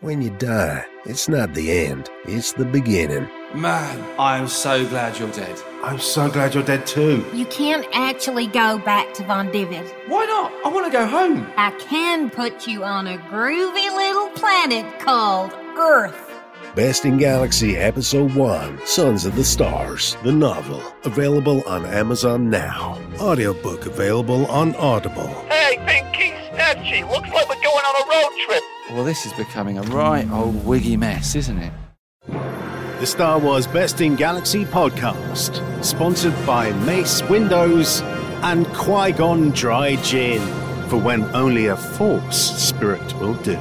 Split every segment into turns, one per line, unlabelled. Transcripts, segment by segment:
When you die, it's not the end, it's the beginning.
Man, I'm so glad you're dead.
I'm so glad you're dead too.
You can't actually go back to Von Divid.
Why not? I want to go home.
I can put you on a groovy little planet called Earth.
Best in Galaxy Episode 1 Sons of the Stars, the novel, available on Amazon now. Audiobook available on Audible.
Hey, Pinky Snatchy, looks like we're going on a road trip.
Well, this is becoming a right old wiggy mess, isn't it?
The Star Wars Best in Galaxy podcast, sponsored by Mace Windows and Qui Gon Dry Gin, for when only a Force spirit will do.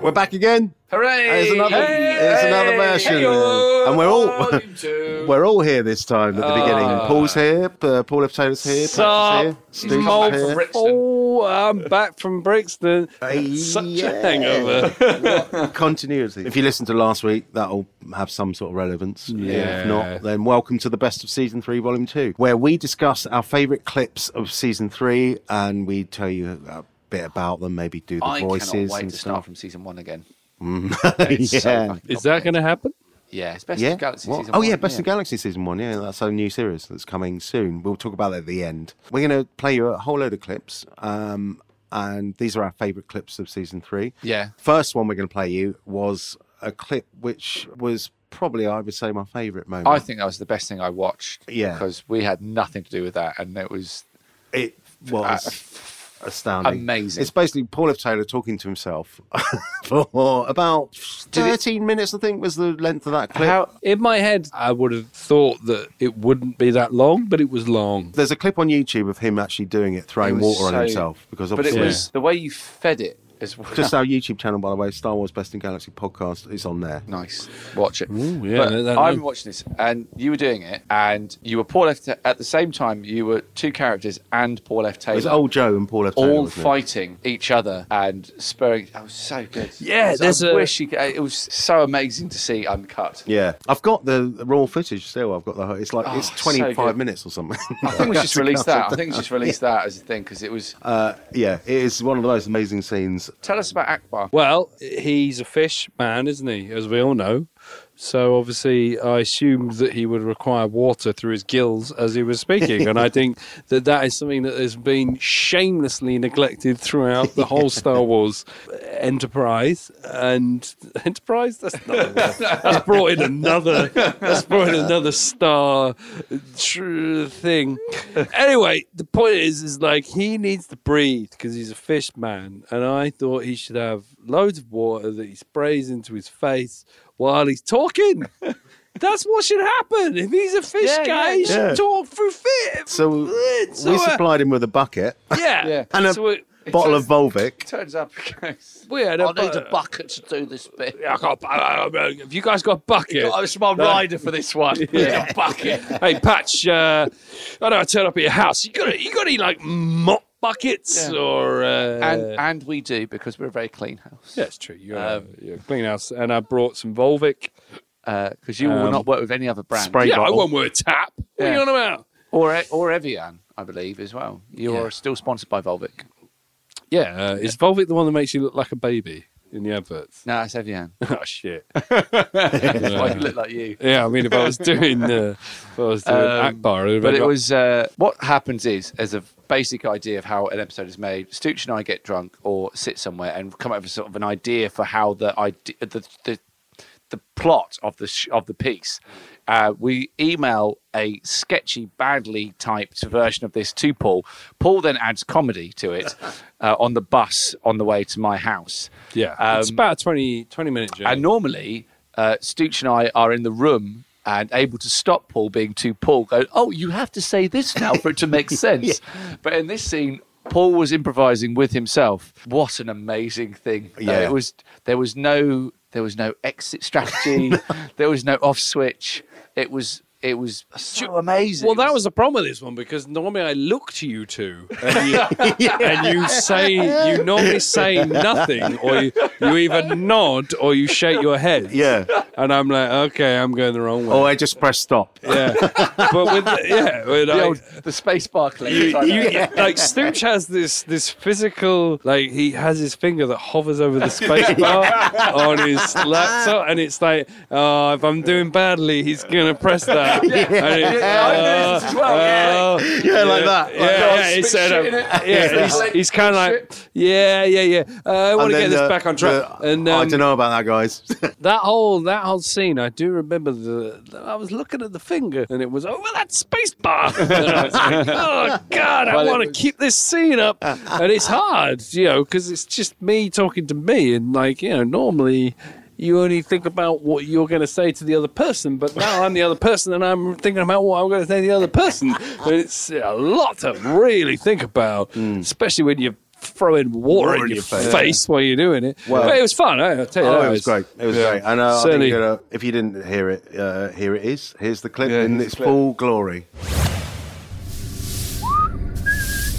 We're back again.
Hooray!
There's another,
Hey!
there's another version,
Hey-yo!
and we're all
Volume two.
we're all here this time at the beginning. Paul's here, uh, Paul F. Taylor's here,
Sup,
Patrick's here, Stu's
Mole
here.
Oh, I'm back from Brixton. uh, Such a hangover.
continuity. If you listened to last week, that'll have some sort of relevance.
Yeah.
If not, then welcome to the best of season three, volume two, where we discuss our favourite clips of season three and we tell you a bit about them, maybe do the
I
voices
cannot wait
and
to
stuff.
start from season one again. It's so
yeah.
fucking
Is that going to happen?
Yeah, it's best
yeah.
of Galaxy
What?
season
oh
one,
yeah, Best of Galaxy season one. Yeah, that's our new series that's coming soon. We'll talk about that at the end. We're going to play you a whole load of clips, um, and these are our favourite clips of season three.
Yeah.
First one we're going to play you was a clip which was probably I would say my favourite moment.
I think that was the best thing I watched.
Yeah.
Because we had nothing to do with that and it was
it was astounding,
uh, amazing.
It's basically Paul F. Taylor talking to himself for about thirteen minutes. I think was the length of that clip.
How, in my head, I would have thought that it wouldn't be that long, but it was long.
There's a clip on YouTube of him actually doing it, throwing
It was
water on
so-
himself because
But
obviously.
it was the way you fed it as well.
Just our YouTube channel, by the way, Star Wars Best in Galaxy podcast is on there.
Nice. Watch it.
Ooh, yeah,
But
let that
I'm
know.
watching this, and you were doing it, and you were Paul F. Ta- at the same time, you were two characters and Paul F.
It
Taylor.
was old Joe and Paul F. Taylor,
all
wasn't it?
fighting each other and spurring. That was so good.
Yeah,
I was-
there's
I
a-
wish you could, it was so amazing to see uncut.
Yeah, I've got the the raw footage still. I've got the. It's like
Oh,
it's
so
25
good.
minutes or something.
I think we should just release that. I think we should just release that as a thing because it was.
Uh, yeah, it is one of the most amazing scenes.
Tell us about Akbar.
Well, he's a fish man, isn't he? As we all know. So obviously, I assumed that he would require water through his gills as he was speaking, and I think that that is something that has been shamelessly neglected throughout the whole Star Wars enterprise. And enterprise that's not that's brought in another that's brought in another star true thing. Anyway, the point is, is like he needs to breathe because he's a fish man, and I thought he should have loads of water that he sprays into his face while he's talking. That's what should happen if he's a fish
Yeah,
guy.
yeah,
he should
yeah.
talk through fish.
So we supplied him with a bucket,
yeah,
Yeah.
And a-
so we,
bottle of Volvic.
Turns up. and goes,
we had a, bu-
Oh, bucket to do this bit.
I got, a bu- I don't know. have you guys got a bucket?
I was Oh, my rider for this one.
Yeah.
A bucket.
hey, Patch, uh, I know I turn up at your house. You got you got any like mop buckets
Yeah.
or? Uh,
And and we do because we're a very clean house.
yeah, it's true. You're, uh, you're a clean house, and I brought some Volvic.
Because uh, you will
Um,
not work with any other brand.
Spray
yeah, I
bottle.
won't wear a tap. What are you
Yeah.
on about?
Or E, or Evian, I believe, as well. You are still sponsored by Volvic.
Yeah, uh, is Volvic the one that makes you look like a baby in the adverts?
No, it's Evian.
oh shit.
That's why I look like you.
Yeah, I mean, if I was doing, uh, if I was doing
Um,
Akbar, I'd have
But it
got-
was uh, what happens is, as a basic idea of how an episode is made, Stooch and I get drunk or sit somewhere and come up with sort of an idea for how the idea, the, the the plot of the sh- of the piece. Uh, we email a sketchy, badly typed version of this to Paul. Paul then adds comedy to it uh, on the bus on the way to my house.
yeah, it's
um,
about a 20, 20 minute journey.
And normally, uh, Stooch and I are in the room and able to stop Paul being too Paul, go, oh, you have to say this now for it to make sense. But in this scene, Paul was improvising with himself. What an amazing thing! Uh,
Yeah.
it was. There was no. There was no exit strategy. There was no off switch. It was. It was so amazing.
Well, that was the problem with this one because normally I look to you two, and you, and you say you normally say nothing, or you, you either nod or you shake your head.
Yeah,
and I'm like, okay, I'm going the wrong way.
Oh, I just press stop.
yeah, but with the, yeah, with
The,
I-
old, the space bar click. It's like
you,
that.
like Stooge has this this physical like he has his finger that hovers over the space bar on his laptop and it's like oh if I'm doing badly he's gonna press that uh, yeah,
Yeah, I noticed as well, yeah.
Yeah, like that.
yeah,
God,
yeah,
spit
he's,
shit
uh,
in it.
yeah, he's, he's kind of like yeah yeah yeah uh, I want to
And then
get this
the-
back on track
the-
and
I
um,
don't know about that, guys.
that whole that whole scene, I do remember the, the- I was looking at the finger and it was over that space bar. And I was like, oh God, I
Well, it
want to
was-
keep this scene up, and it's hard, you know, because it's just me talking to me, and like you know, normally. You only think about what you're going to say to the other person, but now I'm the other person, and I'm thinking about what I'm going to say to the other person. And it's a lot to really think about, especially when you're throwing water, in your face, while you're doing it.
Well-
but it was fun. I- I'll tell you.
Oh,
that
it was great. It was
yeah.
great. And uh, I think
Certainly.
you're gonna- if you didn't hear it, uh, here it is. Here's the clip
Yeah,
in
here's
its
the clip.
full glory.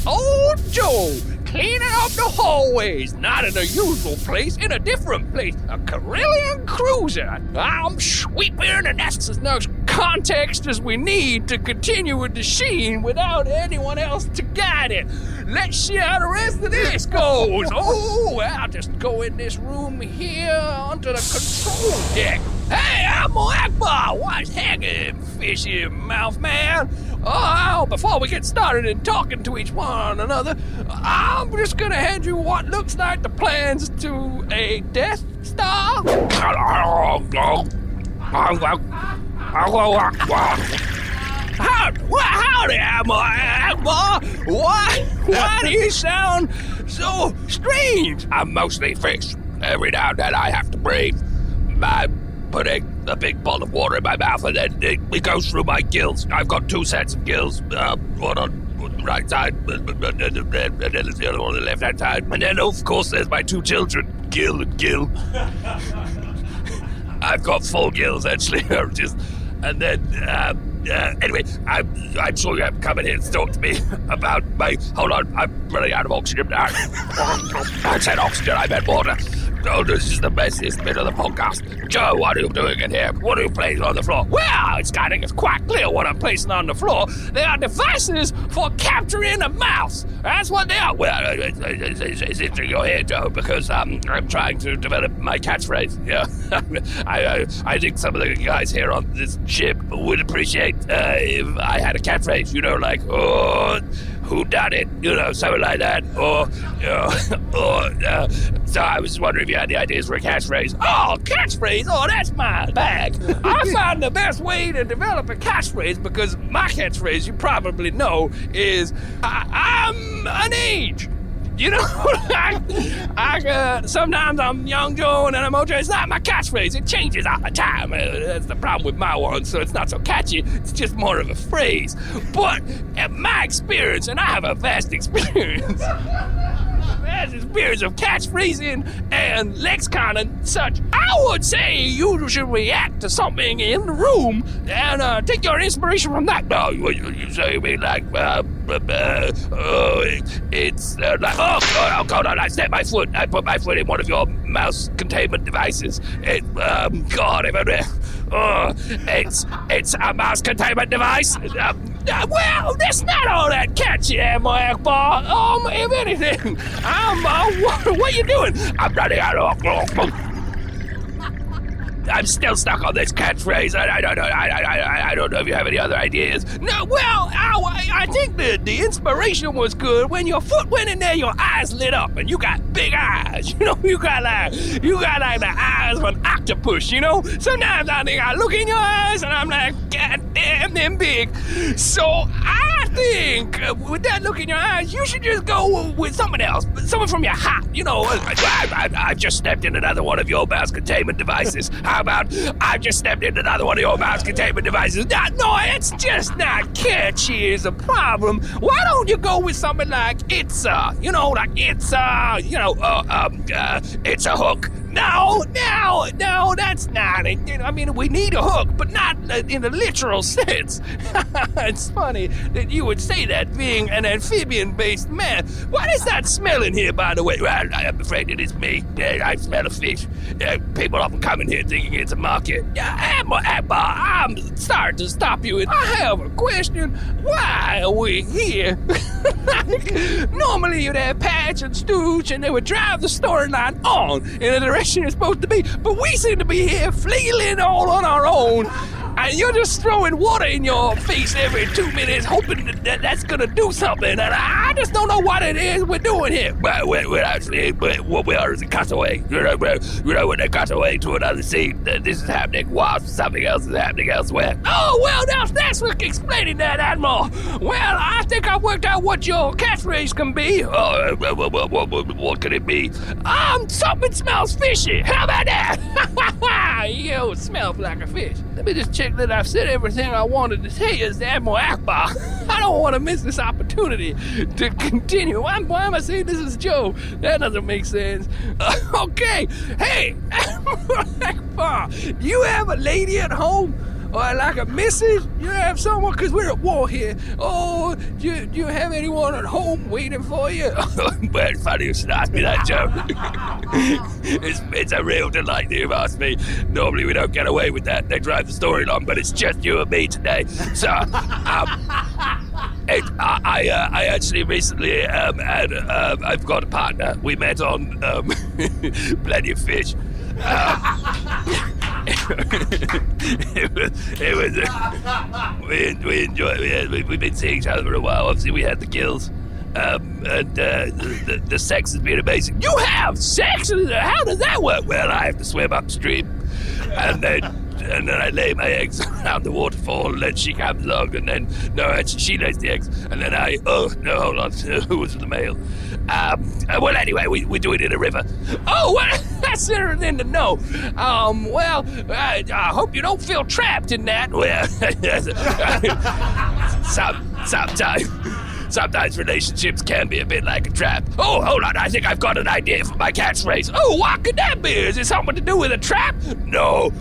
Old Joe, cleaning up the hallways, not in the usual place, in a different place, a Carillion cruiser. I'm sweeping, and that's as much context as we need to continue with the scene without anyone else to guide it. Let's see how the rest of this goes. Oh, well, I'll just go in this room here onto the control deck. Hey, I'm Akbar. What's hanging, fishy mouth man? Oh, before we get started in talking to each one another, I'm just gonna hand you what looks like the plans to a Death Star. How, well, howdy, Amor. Why, why do you sound so strange? I'm mostly fish. Every now and then I have to breathe. I put a, a big bowl of water in my mouth and then it, it goes through my gills. I've got two sets of gills, uh, one on the right side and then the other one on the left hand side. And then, of course, there's my two children, Gil and Gil. I've got full gills actually. I'm just, and then um, uh, anyway, I'm I'm sure you have come in here to talk to me about my. Hold on, I'm running out of oxygen now. I said oxygen. I meant water. Oh, this is the messiest bit of the podcast. Joe, what are you doing in here? What are you placing on the floor? Well, it's kind of quite clear what I'm placing on the floor. They are devices for capturing a mouse. That's what they are. Well, uh, it's, it's, it's, it's interesting uh, you're here, Joe, because um, I'm trying to develop my catchphrase. Yeah, I, I I think some of the guys here on this ship would appreciate uh, if I had a catchphrase. You know, like oh, who done it? You know, something like that. Or uh, or uh, so I was wondering if you had any ideas for a catchphrase. Oh, catchphrase! Oh, that's my bag. I found the best way to develop a catchphrase because my catchphrase, you probably know, is I- I'm an age. You know, I, I uh, sometimes I'm Young Joe and then I'm OJ. It's not my catchphrase. It changes all the time. Uh, that's the problem with my one. So it's not so catchy. It's just more of a phrase. But in my experience, and I have a vast experience, vast experience of catchphrasing and lexicon and such, I would say you should react to something in the room and uh, take your inspiration from that. No, you, you, you say you mean like, uh, uh, uh, oh, it, it's uh, like, oh, God, oh, God, I stepped my foot. I put my foot in one of your mouse containment devices. It, um, God, if I, oh, it's, it's a mouse containment device. Um, uh, well, that's not all that catchy, Admiral Akbar. Um, if anything, I'm, uh, what, what are you doing? I'm running out of... uh, I'm still stuck on this catchphrase. I, I don't know. I, I, I, I don't know if you have any other ideas. No. Well, I, I think the the inspiration was good when your foot went in there. Your eyes lit up, and you got big eyes. You know, you got like you got like the eyes of an octopus. You know. Sometimes I think I look in your eyes, and I'm like, God damn, them big. So I think uh, with that look in your eyes, you should just go with someone else, someone from your heart. You know, I, I, I've just stepped in another one of your mouse containment devices. How about I've just stepped in another one of your mouse containment devices? No, no, it's just not catchy is a problem. Why don't you go with something like it's a, you know, like it's a, you know, uh, um, uh, it's a hook.
No, no, no, that's not. it. You know, I mean, we need a hook, but not uh, in the literal sense. it's funny that you would say that, being an amphibian-based man. What is that smell in here, by the way? Well, I am afraid it is me. Yeah, I smell a fish. Yeah, people often come in here thinking it's a market. Yeah, Emma, Emma, I'm sorry to stop you. I have a question. Why are we here? Normally, you'd have Patch and Stooge, and they would drive the storyline on in the direction it's supposed to be. But we seem to be here flailing all on our own. And you're just throwing water in your face every two minutes, hoping that- that that's gonna do something. And I I just don't know what it is we're doing here. Well, we're, we're actually, but what we are is a cutaway. You know, we're, you know, when they cut away to another scene, th- this is happening whilst something else is happening elsewhere. Oh, well, now thanks for explaining that, Admiral. Well, I think I've worked out what your catchphrase can be. Oh, uh, wha- wha- wha- wha- wha- what could it be? Um, something smells fishy. How about that? you smell like a fish. Let me just check that I've said everything I wanted to say as Admiral Akbar. I don't want to miss this opportunity to continue. Why, why am I saying this is Joe? That doesn't make sense. Uh, okay, hey, Admiral Akbar, do you have a lady at home? Or like a message? You have someone? Because we're at war here. Oh, do you, do you have anyone at home waiting for you? well, funny you should ask me that, Joe. it's, it's a real delight that you've asked me. Normally we don't get away with that. They drive the story long, but it's just you and me today. So, um, it, I I, uh, I actually recently um, had um, I've got a partner. We met on um, Plenty of Fish. Um, it was, it was uh, we, we enjoyed we, had- we, we've been seeing each other for a while obviously we had the gills um, and uh, the, the, the sex has been amazing you have sex how does that work well I have to swim upstream and then and then I lay my eggs around the waterfall and then she comes along and then no actually she lays the eggs and then I oh no hold on who was the male um, uh, well anyway we, we do it in a river oh well that's interesting to know um, well I, I hope you don't feel trapped in that well some, sometimes, sometimes relationships can be a bit like a trap. Oh, hold on, I think I've got an idea for my catchphrase. Oh, what could that be? Is it something to do with a trap? No.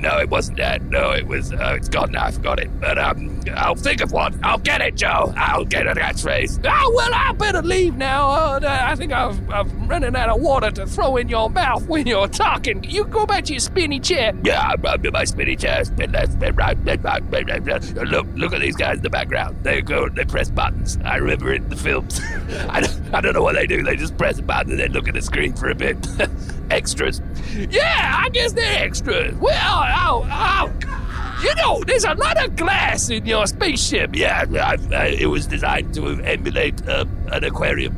No, it wasn't that. No, it was. Uh, it's gone now. I forgot it. But um, I'll think of one. I'll get it, Joe. I'll get a catchphrase. Oh well, I better leave now. Uh, I think I've, I've running out of water to throw in your mouth when you're talking. You go back to your spinny chair. Yeah, I'm up to my spinny chair. Spin left, spin right, spin back, spin right, spin left. Look, look at these guys in the background. They go, they press buttons. I remember it in the films. I don't, I don't know what they do. They just press a button and then look at the screen for a bit. extras. Yeah, I guess they're extras. Well, ow, ow. You know, there's a lot of glass in your spaceship. Yeah, I, I, it was designed to emulate uh, an aquarium.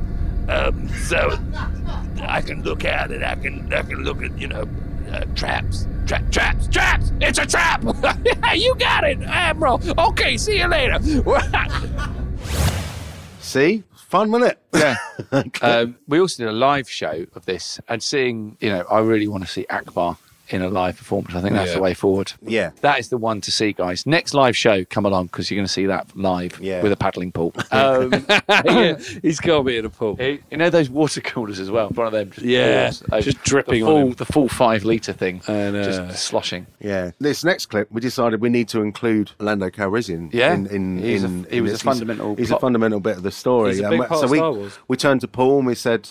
Um, so I can look at it. I can, I can look at, you know, uh, traps. Tra- traps, traps! It's a trap! yeah, you got it, Admiral. Okay, see you later.
See? Fun, wasn't it?
Yeah. um, we also did a live show of this and seeing, you know, I really want to see Akbar in a live performance. I think that's
Yeah.
the way forward.
Yeah.
That is the one to see, guys. Next live show, come along because you're going to see that live
Yeah.
with a paddling pool. Um,
yeah, he's got to be in a pool.
you know those water coolers as well. One of them, just
Yeah,
pours over-
just dripping
the
on
full,
him.
the full five liter thing,
I know.
just sloshing.
Yeah. This next clip, we decided we need to include Lando Calrissian.
Yeah.
In, in,
He's a-
in-
he
in
was
this.
a fundamental
He's, a
plot-
fundamental bit of the story.
He's a
And
big
we-
part
so
of
we
Star Wars.
we turned to Paul and we said,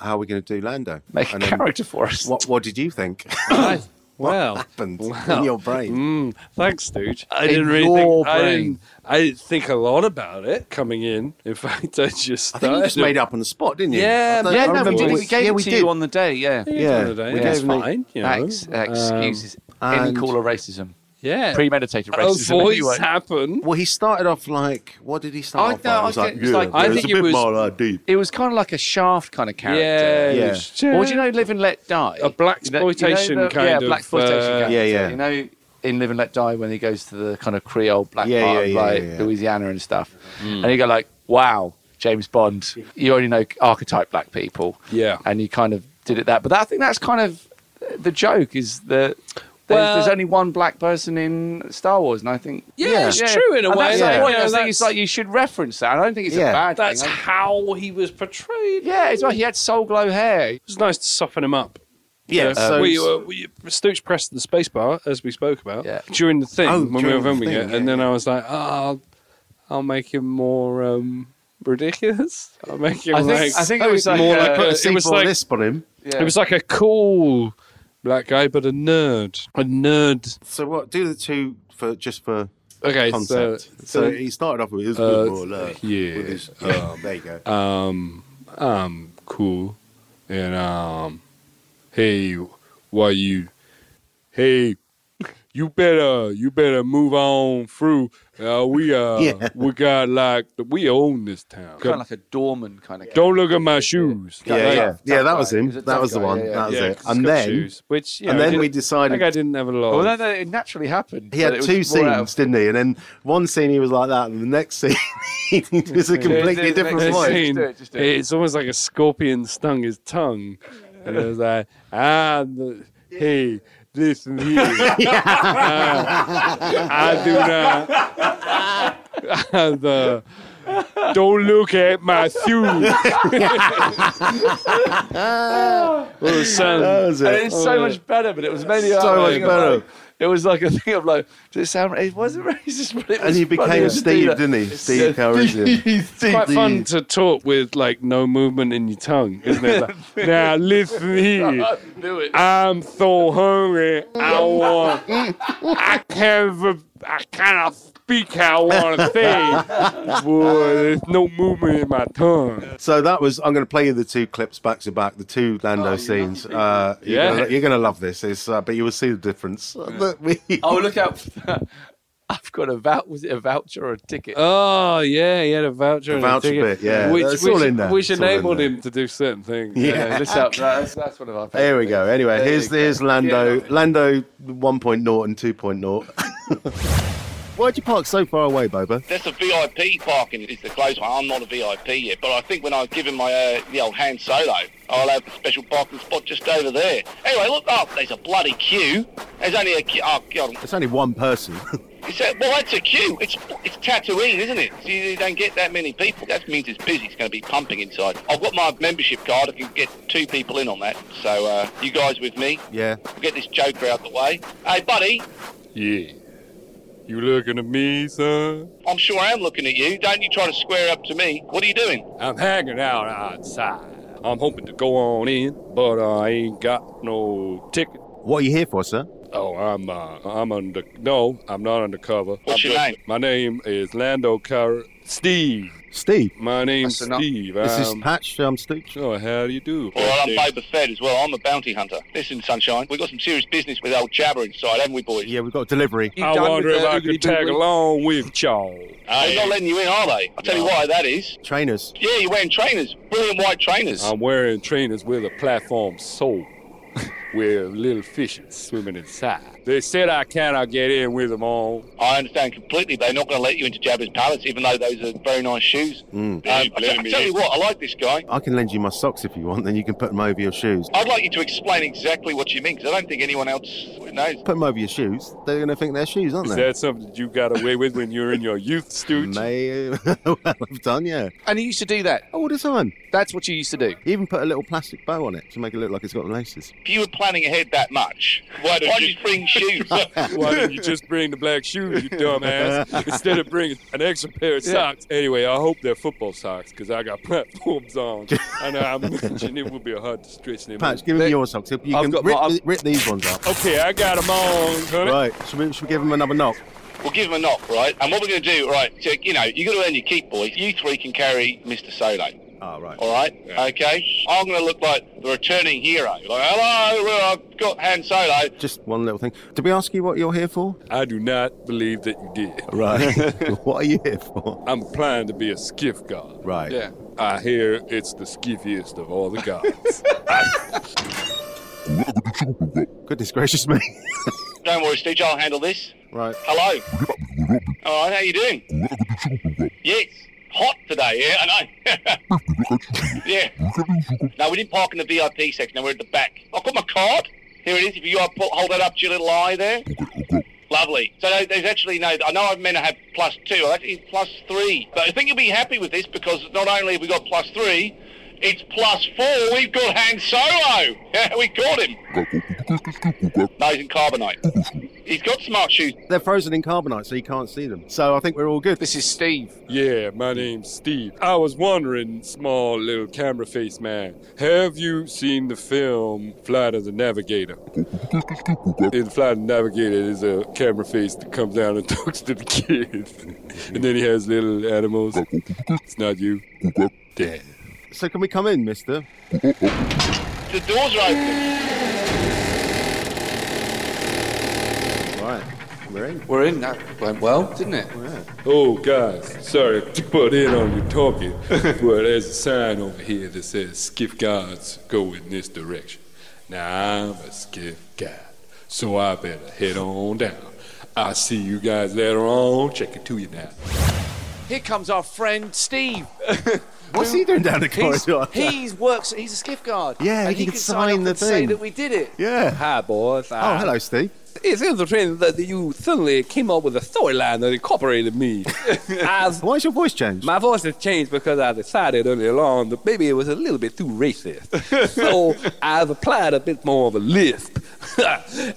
"How are we going to do Lando?"
Make
And
a
then
character for us.
What What did you think?
Right. Well,
happened in your brain?
mm, thanks, dude. I
In
didn't really
your
think. I
brain.
didn't, I didn't think a lot about it coming in. In fact, I just
I
started.
think you just made it up on the spot, didn't you?
Yeah,
I don't-
yeah,
I
no, we,
remember
did,
we-
we gave
yeah,
it
we
to
did.
you on the day. Yeah,
Yeah,
yeah, we
it's
gave me-
fine. You know.
Ex- excuses,
Um,
any
and- Oh,
cooler racism,
yeah.
premeditated
Those
racism.
voids
anyway.
happen.
Well, he started off like, what did he
I
start off? like?
know,
He
I
was like,
get- it's like-
I think it was-
like deep.
It was kind of like a shaft kind of character.
Yeah.
Yeah.
it's just-
Or do you know Live and Let Die?
A blaxploitation
You know the-
kind
yeah,
of,
black exploitation
uh,
character.
Yeah, yeah.
You know in Live and Let Die when he goes to the kind of Creole black
Yeah,
part
yeah,
of
yeah,
like
yeah, yeah.
Louisiana and stuff.
Mm.
And you go like, wow, James Bond, you already know archetype black people.
Yeah.
And you kind of did it that. But that, I think that's kind of the joke is that there's,
Well-
there's only one black person in Star Wars, and I think
Yeah, it's true in a
And
way.
That's
Yeah.
the point.
You
I
know,
was thinking it's
that's-
like you should reference that. I don't think it's
Yeah.
a bad
That's
thing. I-
how he was portrayed.
yeah, it's like he had soul glow hair.
It was nice to soften him up.
Yeah, so-
we, uh, we Stooge pressed the space bar as we spoke about
Yeah.
during the thing
Oh,
when we
during
were
the
filming
thing,
it,
yeah,
and then
yeah.
I was like, oh, I'll, I'll make him more um, ridiculous. I'll make him
I think-
like
I think it was like,
more
uh,
like
Put
a-
a
it was
C4
like
lisp on him.
Yeah.
it was like a cool black guy, but a nerd, a nerd.
So what? Do the two for just for
Okay,
uh,
so,
concept. So, he started off with his
uh,
good boy love.
yeah,
With his, yeah
Uh,
there you go.
um, I'm cool, and um, hey, why you, hey, you better, you better move on through. Uh, we uh,
Yeah.
we got like we own this town.
kind of like a doorman kind of guy.
Don't look at my shoes.
yeah,
yeah,
yeah,
yeah.
yeah,
Tough
That was
guy.
him.
He's a
That
tough
was the
guy,
one.
yeah, yeah.
that was
Yeah,
it.
'cause
And
it's got
then,
shoes, which you
and
know,
then
didn't-
we
That guy
decided
didn't have a lot.
Well, no, no, it naturally happened.
he
but
had
it was
two
more out of-
scenes, didn't he? And then one scene he was like that, and the next scene he was a completely
yeah,
different
yeah,
It's
Just
voice.
yeah.
seen-
do it, just do it.
It's almost like a scorpion stung his tongue. And it was like, ah, the, hey, listen here. Ah, Uh, I do not. I'm the- don't look at my shoes. Well,
That
son,
was
And
it.
it's so much better, but it was mainly
Oh. So
out of
much
a thing of
better.
like- it was like a thing of like, did it sound? It wasn't racist, but it was
and he
funny
became
to do
Steve,
that.
didn't he? Steve
Yeah,
Carrington.
it's quite fun to talk with like no movement in your tongue, isn't it? Like, now listen here.
I knew it.
I'm so hungry. I want. I can't. v- I cannot speak how I want to say. Boy, there's no movement in my tongue.
So that was. I'm going to play you the two clips back to back, the two Lando scenes. Uh,
Yeah.
you're going to love this. It's, uh, but you will see the difference. Look, we-
Oh, look out for that. I've got a vouch. Was it a voucher or a ticket?
Oh yeah, he had a voucher.
The
and a
voucher
ticket,
bit, yeah.
which,
That's
which,
all in there.
which
It's all in
enabled
there.
him to do certain things.
Yeah.
Yeah, this out, that's, that's one of our
There we go. Anyway,
There
here's
you go.
here's Lando.
Yeah.
Lando 1.0 and 2.0. Why'd you park so far away, Boba?
That's a VIP parking. It's the close one. I'm not a VIP yet, but I think when I give him my uh, the old hand solo, I'll have a special parking spot just over there. Anyway, look up. there's a bloody queue. There's only a queue. Oh God,
It's only one person.
It's a, well, that's a queue. It's it's Tatooine, isn't it? So you don't get that many people. That means it's busy. It's going to be pumping inside. I've got my membership card. I can get two people in on that. So uh, you guys with me?
yeah.
Get this joker out the way. Hey, buddy.
yeah. You looking at me, son?
I'm sure I am looking at you. Don't you try to square up to me. What are you doing?
I'm hanging out outside. I'm hoping to go on in, but I ain't got no ticket.
What are you here for, sir?
Oh, I'm uh, I'm under. No, I'm not undercover.
What's
I'm
your
just-
name?
My name is Lando Car. Steve.
Steve.
My name's
That's enough.
Steve.
This is
I'm-
Um,
Patch. I'm Steve.
Oh, how do you do?
All right, I'm
Steve?
Boba Fett as well. I'm a bounty hunter. Listen, Sunshine, we've got some serious business with old Jabber inside, haven't we, boys?
Yeah, we've got delivery.
You
I
done
wonder
with
if
the
I
oogly
could tag
doogly?
along with y'all.
Uh, they're not letting you in, are they? I'll tell you why that is.
Trainers.
Yeah, you're wearing trainers. Brilliant white trainers.
I'm wearing trainers with a platform sole. With little fishes swimming inside. They said I cannot get in with them all.
I understand completely. They're not going to let you into Jabba's palace, even though those are very nice shoes. Um, I, I tell you what, I like this guy.
I can lend you my socks if you want, then you can put them over your shoes.
I'd like you to explain exactly what you mean, because I don't think anyone else knows.
Put them over your shoes. They're going to think they're shoes, aren't
Is
they?
that something that you got away with when you were in your youth, Stooge?
May well have done, yeah. Oh,
And he used to do that.
All the time.
That's what you used to do.
He even put a little plastic bow on it to make it look like it's got laces.
If you were planning ahead that much, why don't you bring shoes?
Why didn't you just bring the black shoes, you dumbass? Instead of bringing an extra pair of socks. Anyway, I hope they're football socks because I got platforms on. I know I mentioned it would be hard to stretch them.
Patch, give him
They-
your socks. You
I've
can
got
rip,
my- I've-
rip these ones up.
Okay, I got them on, honey.
Right, should we, should we give him another knock?
we'll give him a knock, right? And what we're going to do, right, so, you know, you got to earn your keep, boys. You three can carry Mr. Solo,
Oh, right.
all right? Okay? I'm going to look like the returning hero. Like, hello, well, I've got Han Solo.
Just one little thing. Did we ask you what you're here for?
I do not believe that you did.
Right. what are you here for?
I'm applying to be a skiff god.
Right.
Yeah.
I hear it's the skiffiest of all the gods.
Goodness gracious me.
Don't worry, Stitch, I'll handle this.
right.
Hello. All right, how you doing? Yes, hot today. Yeah, I know. yeah. No, we didn't park in the VIP section. No, we're at the back. I've got my card. Here it is. If you are, pull, hold that up to your little eye there. Lovely. So there- there's actually no. I know I've meant to have plus two. I actually plus three. But I think you'll be happy with this because not only have we got plus three, It's plus four. We've got Han Solo. Yeah, we caught him. No, he's in carbonite. He's got smart shoes.
They're frozen in carbonite, so you can't see them. So I think we're all good.
This is Steve.
Yeah, my name's Steve. I was wondering, small little camera face man, have you seen the film Flight of the Navigator? In Flight of the Navigator, there's a camera face that comes down and talks to the kids. and then he has little animals. It's not you. Damn.
So can we come in, mister?
The doors are open.
All right. We're in.
We're in. That went well, didn't it?
Oh, guys, sorry to butt in on your talking, but there's a sign over here that says skiff guards go in this direction. Now, I'm a skiff guard, so I better head on down. I'll see you guys later on. Check it to you now.
Here comes our friend Steve.
What's he doing down the
He's,
corridor?
he's works. He's a skiff guard.
Yeah,
and
he
he
can
can sign
sign
up
the
and say
thing.
that we did it.
yeah.
Hi, boys.
Oh, hello, Steve.
It's interesting that you suddenly came up with a storyline that incorporated me. As
Why's your voice changed?
my voice has changed because I decided earlier on that maybe it was a little bit too racist. so I've applied a bit more of a lisp.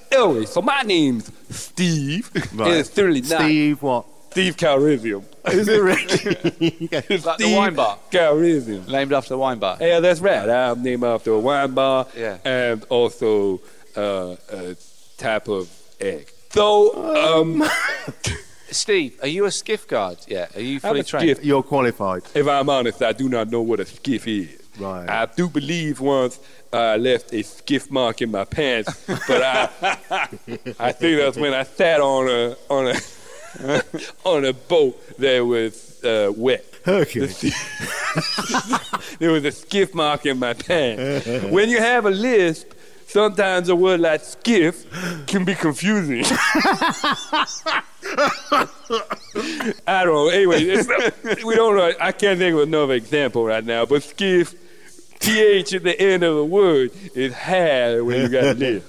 anyway, so my name's Steve.
Right.
It's certainly not
Steve, what?
Steve Calrissian.
Is it really?
Like the wine bar,
Calrissian.
named after the wine bar.
Yeah, that's right. I'm named after a wine bar
Yeah.
and also uh, a type of egg. So, um,
Steve, are you a skiff guard? Yeah. Are you
I'm
fully
a
trained?
skiff.
You're qualified.
if I'm honest, I do not know what a skiff is.
Right.
I do believe once I left a skiff mark in my pants, but I, I think that's when I sat on a on a on a boat that was uh, wet.
Okay.
there was a skiff mark in my pants. when you have a lisp, sometimes a word like skiff can be confusing. I don't know. Anyway, it's- we don't know. I can't think of another example right now, but skiff. TH at the end of a word is hard when you got lisp.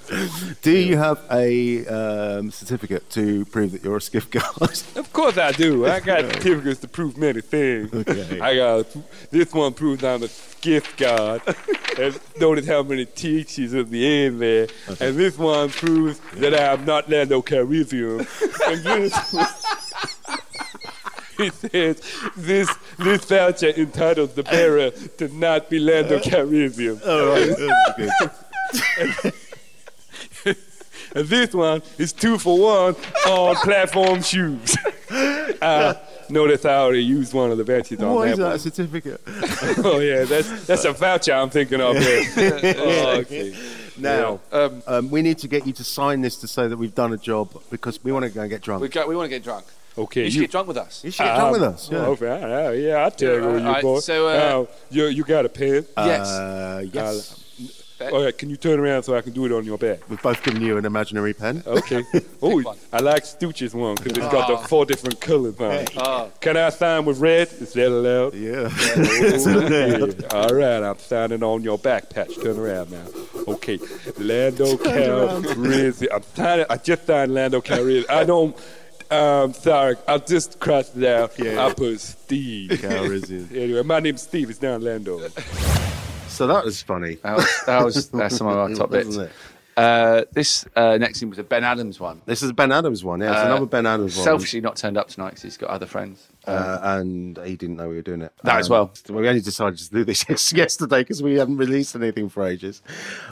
Do you have a um, certificate to prove that you're a skiff guard?
Of course I do. I got certificates to prove many things.
Okay.
I got this one proves I'm a skiff god. and notice how many THs at the end there. And this one proves that I'm not Lando Calrissian. and this one, it says this this voucher entitles the bearer to not be Lando Calrissian.
All right. that's good.
And this one is two for one on platform shoes. Uh, notice I already used one of the benches on
Why
that.
is that a certificate?
one. oh yeah, that's that's a voucher I'm thinking of there. oh, okay.
Now, um, we need to get you to sign this to say that we've done a job because we want to go and get drunk.
We go. We want to get drunk.
Okay.
you should get drunk with us.
you should get drunk with us. Yeah.
Oh,
uh,
okay. Oh, yeah, I'll tell you,
Yeah,
what you
alright,
boy.
so, uh,
Um,
Now, Oh, you, you got a pen?
yes.
Uh, yes.
All right, can you turn around so I can do it on your back?
We've both given you an imaginary pen.
Okay. oh,
one.
I like Stooges one because it's got
Ah.
the four different colors on it.
uh,
Can I sign with red? Is that allowed?
Yeah.
Okay. All right, I'm standing on your back, Patch. Turn around now. Okay, Lando Calrissian. I'm signing. I just signed Lando Calrissian. I don't. Um, sorry, I just crossed it out.
Yeah.
I put Steve.
Calrissian.
Anyway, my name's Steve. It's now Lando.
so that was funny.
That was, that was that's some of our top bits.
Wasn't it?
Uh, this uh, next thing was a Ben Adams one.
This is a Ben Adams one. Yeah, it's
Uh,
another Ben Adams one.
Selfishly not turned up tonight because he's got other friends.
Uh, and he didn't know we were doing it.
That as well.
We only decided to do this yesterday because we haven't released anything for ages.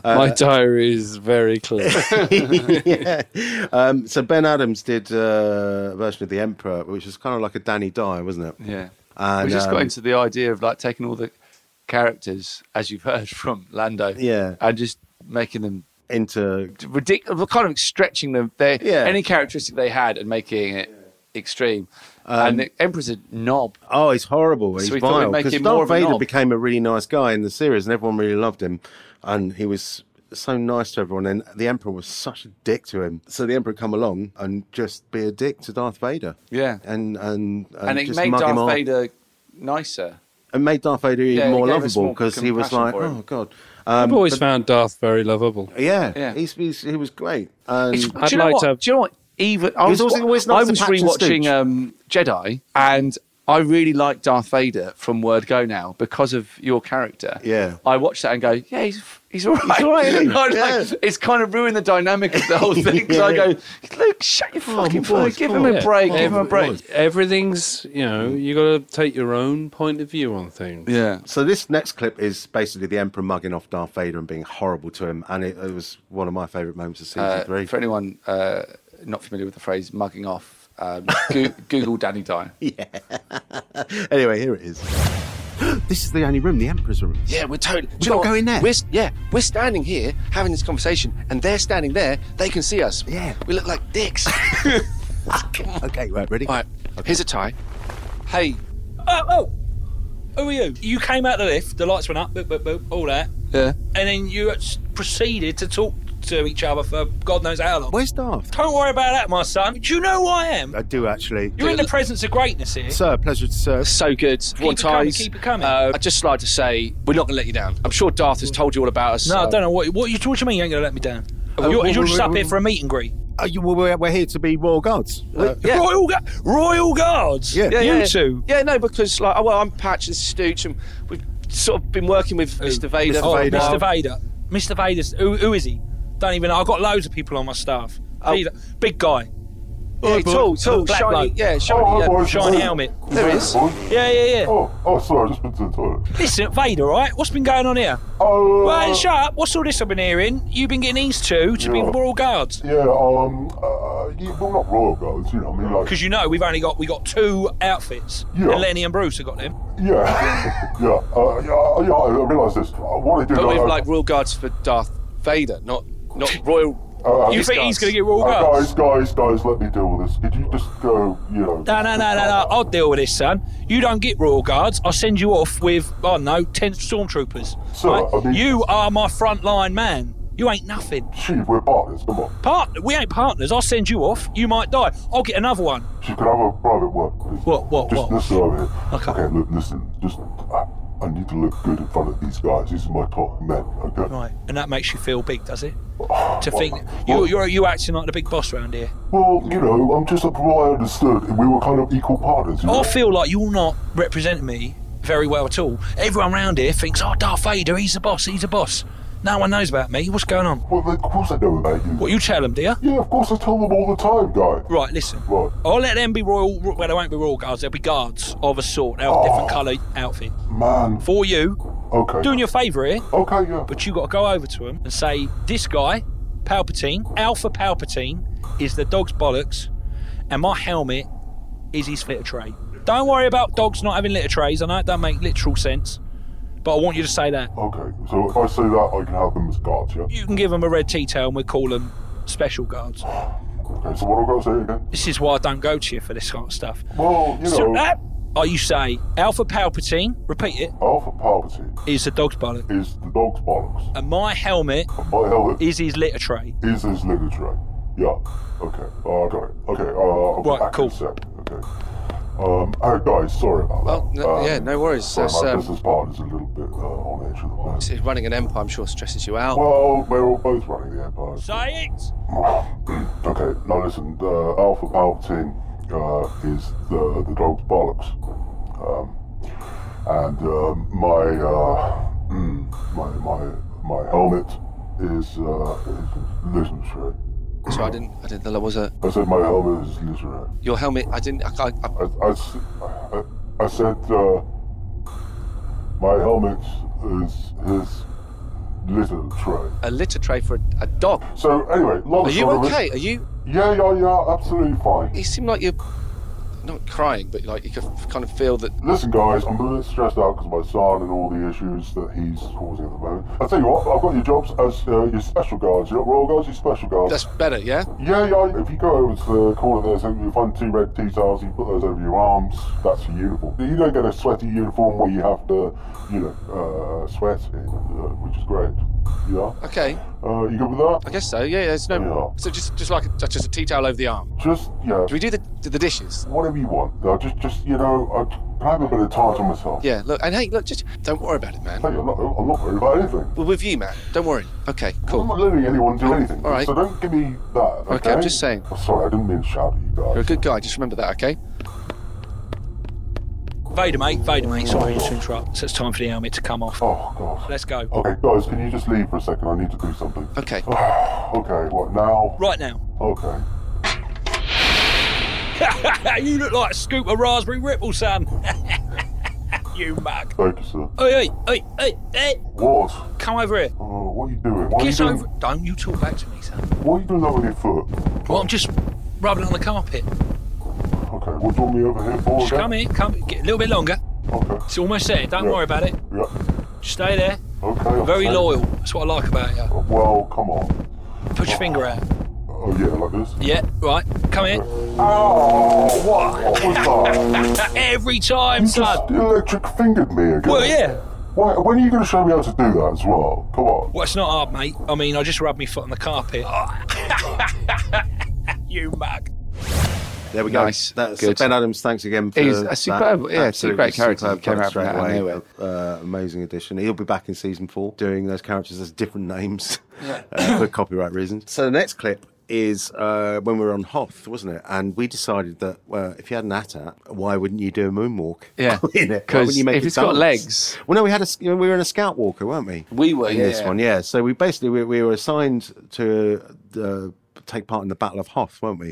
Uh,
My diary is very clear.
yeah. Um, so Ben Adams did uh, a version of The Emperor, which was kind of like a Danny Dyer, wasn't it?
Yeah.
And,
we just got
um,
into the idea of like taking all the characters, as you've heard from Lando,
Yeah.
and just making them
Into
ridiculous, kind of stretching them, their,
Yeah.
any characteristic they had and making it extreme.
Um,
and the Emperor's a knob.
oh, he's horrible. He's
we thought we'd
vile.
make
Because
him more
Darth
of a
Vader
knob.
became a really nice guy in the series, and everyone really loved him, and he was so nice to everyone. And the Emperor was such a dick to him. So the Emperor would come along and just be a dick to Darth Vader.
Yeah.
and and and,
And it
just
made
mug him
Darth
off.
Vader nicer.
It made Darth Vader even
Yeah, it
more
gave us
lovable
more
because he was
compassion
like,
for him.
oh god.
I've
Um,
always found Darth very lovable.
yeah,
Yeah.
He's, he's, he was great. And
It's,
I'd
do you know
like
what?
to have-
Do you know what? Even I
It
was,
was always- always nice
I
to
was
patch and
rewatching
stitch.
um, Jedi, and I really like Darth Vader from Word Go now because of your character.
Yeah.
I watch that and go, yeah, he's he's all right.
all right, isn't he?
I'm like,
Yeah.
It's kind of ruined the dynamic of the whole thing. 'cause I go, Luke, shut your fucking
boys,
phone. Give him a
boys,
break. Give him a
boys,
break.
boys.
Everything's, you know, you got to take your own point of view on things.
Yeah.
So this next clip is basically the Emperor mugging off Darth Vader and being horrible to him, and it, it was one of my favourite moments of season
Uh,
three.
for anyone uh, not familiar with the phrase mugging off, um, go- Google Danny Dyer.
Anyway, here it is. this is the only room, the Emperor's room.
Yeah, we're totally.
We gotta go in there.
We're, s- yeah, we're standing here having this conversation, and they're standing there. They can see us.
Yeah.
we look like dicks.
Okay, right, ready?
All right, here's a tie.
Hey. Oh, oh, who are you? You came out the lift, the lights went up, boop, boop, boop, all that,
Yeah.
and then you s- proceeded to talk to each other for God knows how long.
Where's Darth?
Don't worry about that, my son. Do you know who I am?
I do actually.
You're in the presence of greatness here.
Sir, pleasure to serve.
So good. One
it coming,
ties.
keep it coming.
Uh, I'd just like to say we're not going to let you down. I'm sure Darth has told you all about us.
no, I
so-
don't know what. What you, what you mean? You ain't gonna let me down?
Uh,
you're
well,
you're just
well,
up
well,
here for a meet and greet.
Uh, you, well, we're, we're here to be royal guards. Uh,
Yeah.
Royal, Gu- Royal Guards.
Yeah. Yeah,
you
yeah, yeah.
two.
Yeah, no, because like, oh, well, I'm Patch, this is Stooge, and we've sort of been working with Mr. Vader. Oh,
Mr.
for a while.
Vader.
Mr. Vader. Mr. Vader's. Who, who is he? Don't even. know. I've got loads of people on my staff.
Oh.
He's a Big guy.
Yeah, tall, tall,
Black
shiny,
bloke.
yeah, shiny, yeah.
Shiny helmet.
There he is.
Yeah, yeah, yeah.
Oh, oh, sorry, I just went to the toilet.
Listen, Vader, right? What's been going on here?
Oh,
Well, shut up. What's all this I've been hearing? You've been getting these two to be
Yeah.
Royal Guards.
yeah, um, uh, yeah, well, not royal guards, you know, I mean, like,
Because you know we've only got we got two outfits,
Yeah.
and Lenny and Bruce have got them.
yeah, yeah, uh, yeah, uh, yeah, I realise this. Uh, What I do
But
know,
with
uh,
like royal guards for Darth Vader, not not royal.
uh,
You
These
think he's
guys.
going to get Royal
uh,
Guards?
guys, guys, guys, let me deal with this. Could you just go, you know?
No, no, no, no, no. I'll deal with this, son. You don't get Royal Guards. I'll send you off with, I don't know, 10 stormtroopers.
Sir, I mean-
You are my frontline man. You ain't nothing.
Chief, we're partners, come on.
Part- we ain't partners. I'll send you off. You might die. I'll get another one.
She could have a private work. please?
What, what,
just,
what?
Just over here.
Okay.
look, listen. Just, I, I need to look good in front of these guys. These are my top men, okay?
Right. And that makes you feel big, does it?
Oh,
To
well,
think
well,
you, you're you acting like the big boss round here.
Well, you know, I'm just from what I understood, we were kind of equal partners. You know?
I feel like you're not representing me very well at all. Everyone round here thinks, oh, Darth Vader, he's the boss, he's the boss. No one knows about me. What's going on?
Well, of course I know about you.
What, you tell them, do you?
Yeah, of course I tell them all the time, guy.
Right, listen.
What?
I'll let them be royal. Well, they won't be royal guards. They'll be guards of a sort. They'll have
Oh.
a different colour outfit.
Man.
For you,
Okay.
doing your favour here,
Okay, yeah.
but you got to go over to them and say, this guy, Palpatine, Alpha Palpatine, is the dog's bollocks, and my helmet is his litter tray. Don't worry about dogs not having litter trays. I know it don't make literal sense, but I want you to say that.
Okay, so if I say that, I can have them as guards, yeah?
You can give them a red tea towel and we call them special guards.
Okay, so what am I going to say again?
This is why I don't go to you for this kind of stuff.
Well, you know,
So uh, that, or you say, Alpha Palpatine, repeat it,
Alpha Palpatine
is the dog's bollock.
is the dog's bollocks.
And my helmet
And my helmet
is his litter tray.
is his lineage right? Yeah. Okay. Uh, I got it. Okay. Uh, I'll be
Right,
back in
cool.
a sec. Okay. Um, all right, guys, sorry about
Well,
that.
no-
Um,
yeah, no worries.
Sorry,
That's,
my
um,
business partner's a little bit uh, on edge at the moment.
See, Running an empire, I'm sure, stresses you out.
Well, we're all both running the empire.
Say it!
okay, now listen. Uh, Alpha Palpatine uh, is the the dog's bollocks, um, and uh, my uh, mm, my my my helmet is uh, is literary.
So I didn't. I didn't. There was a
I said my helmet is literary.
your helmet. I didn't. I, I, I-
I, I s- I- I said, uh, my helmet is his little tray.
a litter tray for a, a dog.
So anyway, long
Are you
story of it-
okay? Are you?
Yeah, yeah, yeah, absolutely fine.
You seem like you're not crying, but like you could kind of feel that.
Listen, guys, I'm a little stressed out because my son and all the issues that he's causing at the moment. I tell you what, I've got your jobs as uh, your special guards. You're not royal guards, you're special guards.
That's better. Yeah.
Yeah, yeah. If you go over to the corner there, so you find two red tea towels, you put those over your arms. That's your uniform. You don't get a sweaty uniform where you have to, you know, uh, sweat, in, uh, which is great. Yeah.
Okay.
Uh, you good with that?
I guess so. Yeah. yeah there's no.
Yeah.
So just just like a, just a tea towel over the arm.
Just yeah.
Do we do the do the dishes?
Whatever you want. Uh, just, just you know, I can I have a bit of time to myself.
Yeah. Look. And hey, look. Just don't worry about it, man.
Hey, I'm not, I'm not worried about anything.
We're with you, man. Don't worry. Okay.
I'm
Cool.
not letting anyone do anything.
All right.
So don't give me that. Okay.
I'm just saying.
Oh, sorry, I didn't mean to shout at you guys.
You're a good guy. Just remember that. Okay.
Vader, mate. Vader, mate. Sorry to interrupt. So it's time for the helmet to come off.
Oh, God.
Let's go.
Okay, guys, can you just leave for a second? I need to do something.
Okay.
okay, what now?
Right now.
Okay.
you look like a scoop of raspberry ripple, son. you mug.
Thank you, sir.
Oi, oi, oi, oi, oi.
What?
Come over here.
Oh, what are you doing? What
Get
are you
over. Don't you talk back to me, son.
doing? What are you doing that with your foot?
Well, I'm just rubbing on the carpet.
Okay, what do you want me over here for?
Just
again?
come here. Come. Get a little bit longer.
Okay.
It's almost there. Don't
Yeah.
worry about it.
Yeah.
Stay there.
Okay. I'll
Very
stay.
loyal. That's what I like about you.
Well, come on.
Put your finger out.
Oh, yeah, like this?
Yeah, right. Come here.
Oh, what? was
Every time, son.
You electric fingered me again.
Well, yeah.
Why, when are you going to show me how to do that as well? Come on.
Well, it's not hard, mate. I mean, I just rubbed my foot on the carpet. you mug.
There we go.
Nice.
That's
Good.
Ben Adams. Thanks again for
He's a
that
superb- yeah,
absolutely
great character
superb
that came out from
product
that out of
straight away. Uh, amazing addition. He'll be back in season four doing those characters as different names uh, for copyright reasons. So the next clip is uh, when we were on Hoth, wasn't it? And we decided that uh, if you had an ATAT, why wouldn't you do a moonwalk?
Yeah.
in it? Why
'Cause
wouldn't you make
if
it
it's got
dance?
legs-
Well, no, we had a s- we were in a scout walker, weren't we?
We were,
in this
yeah.
one, yeah. So we basically we, we were assigned to uh, take part in the Battle of Hoth, weren't we?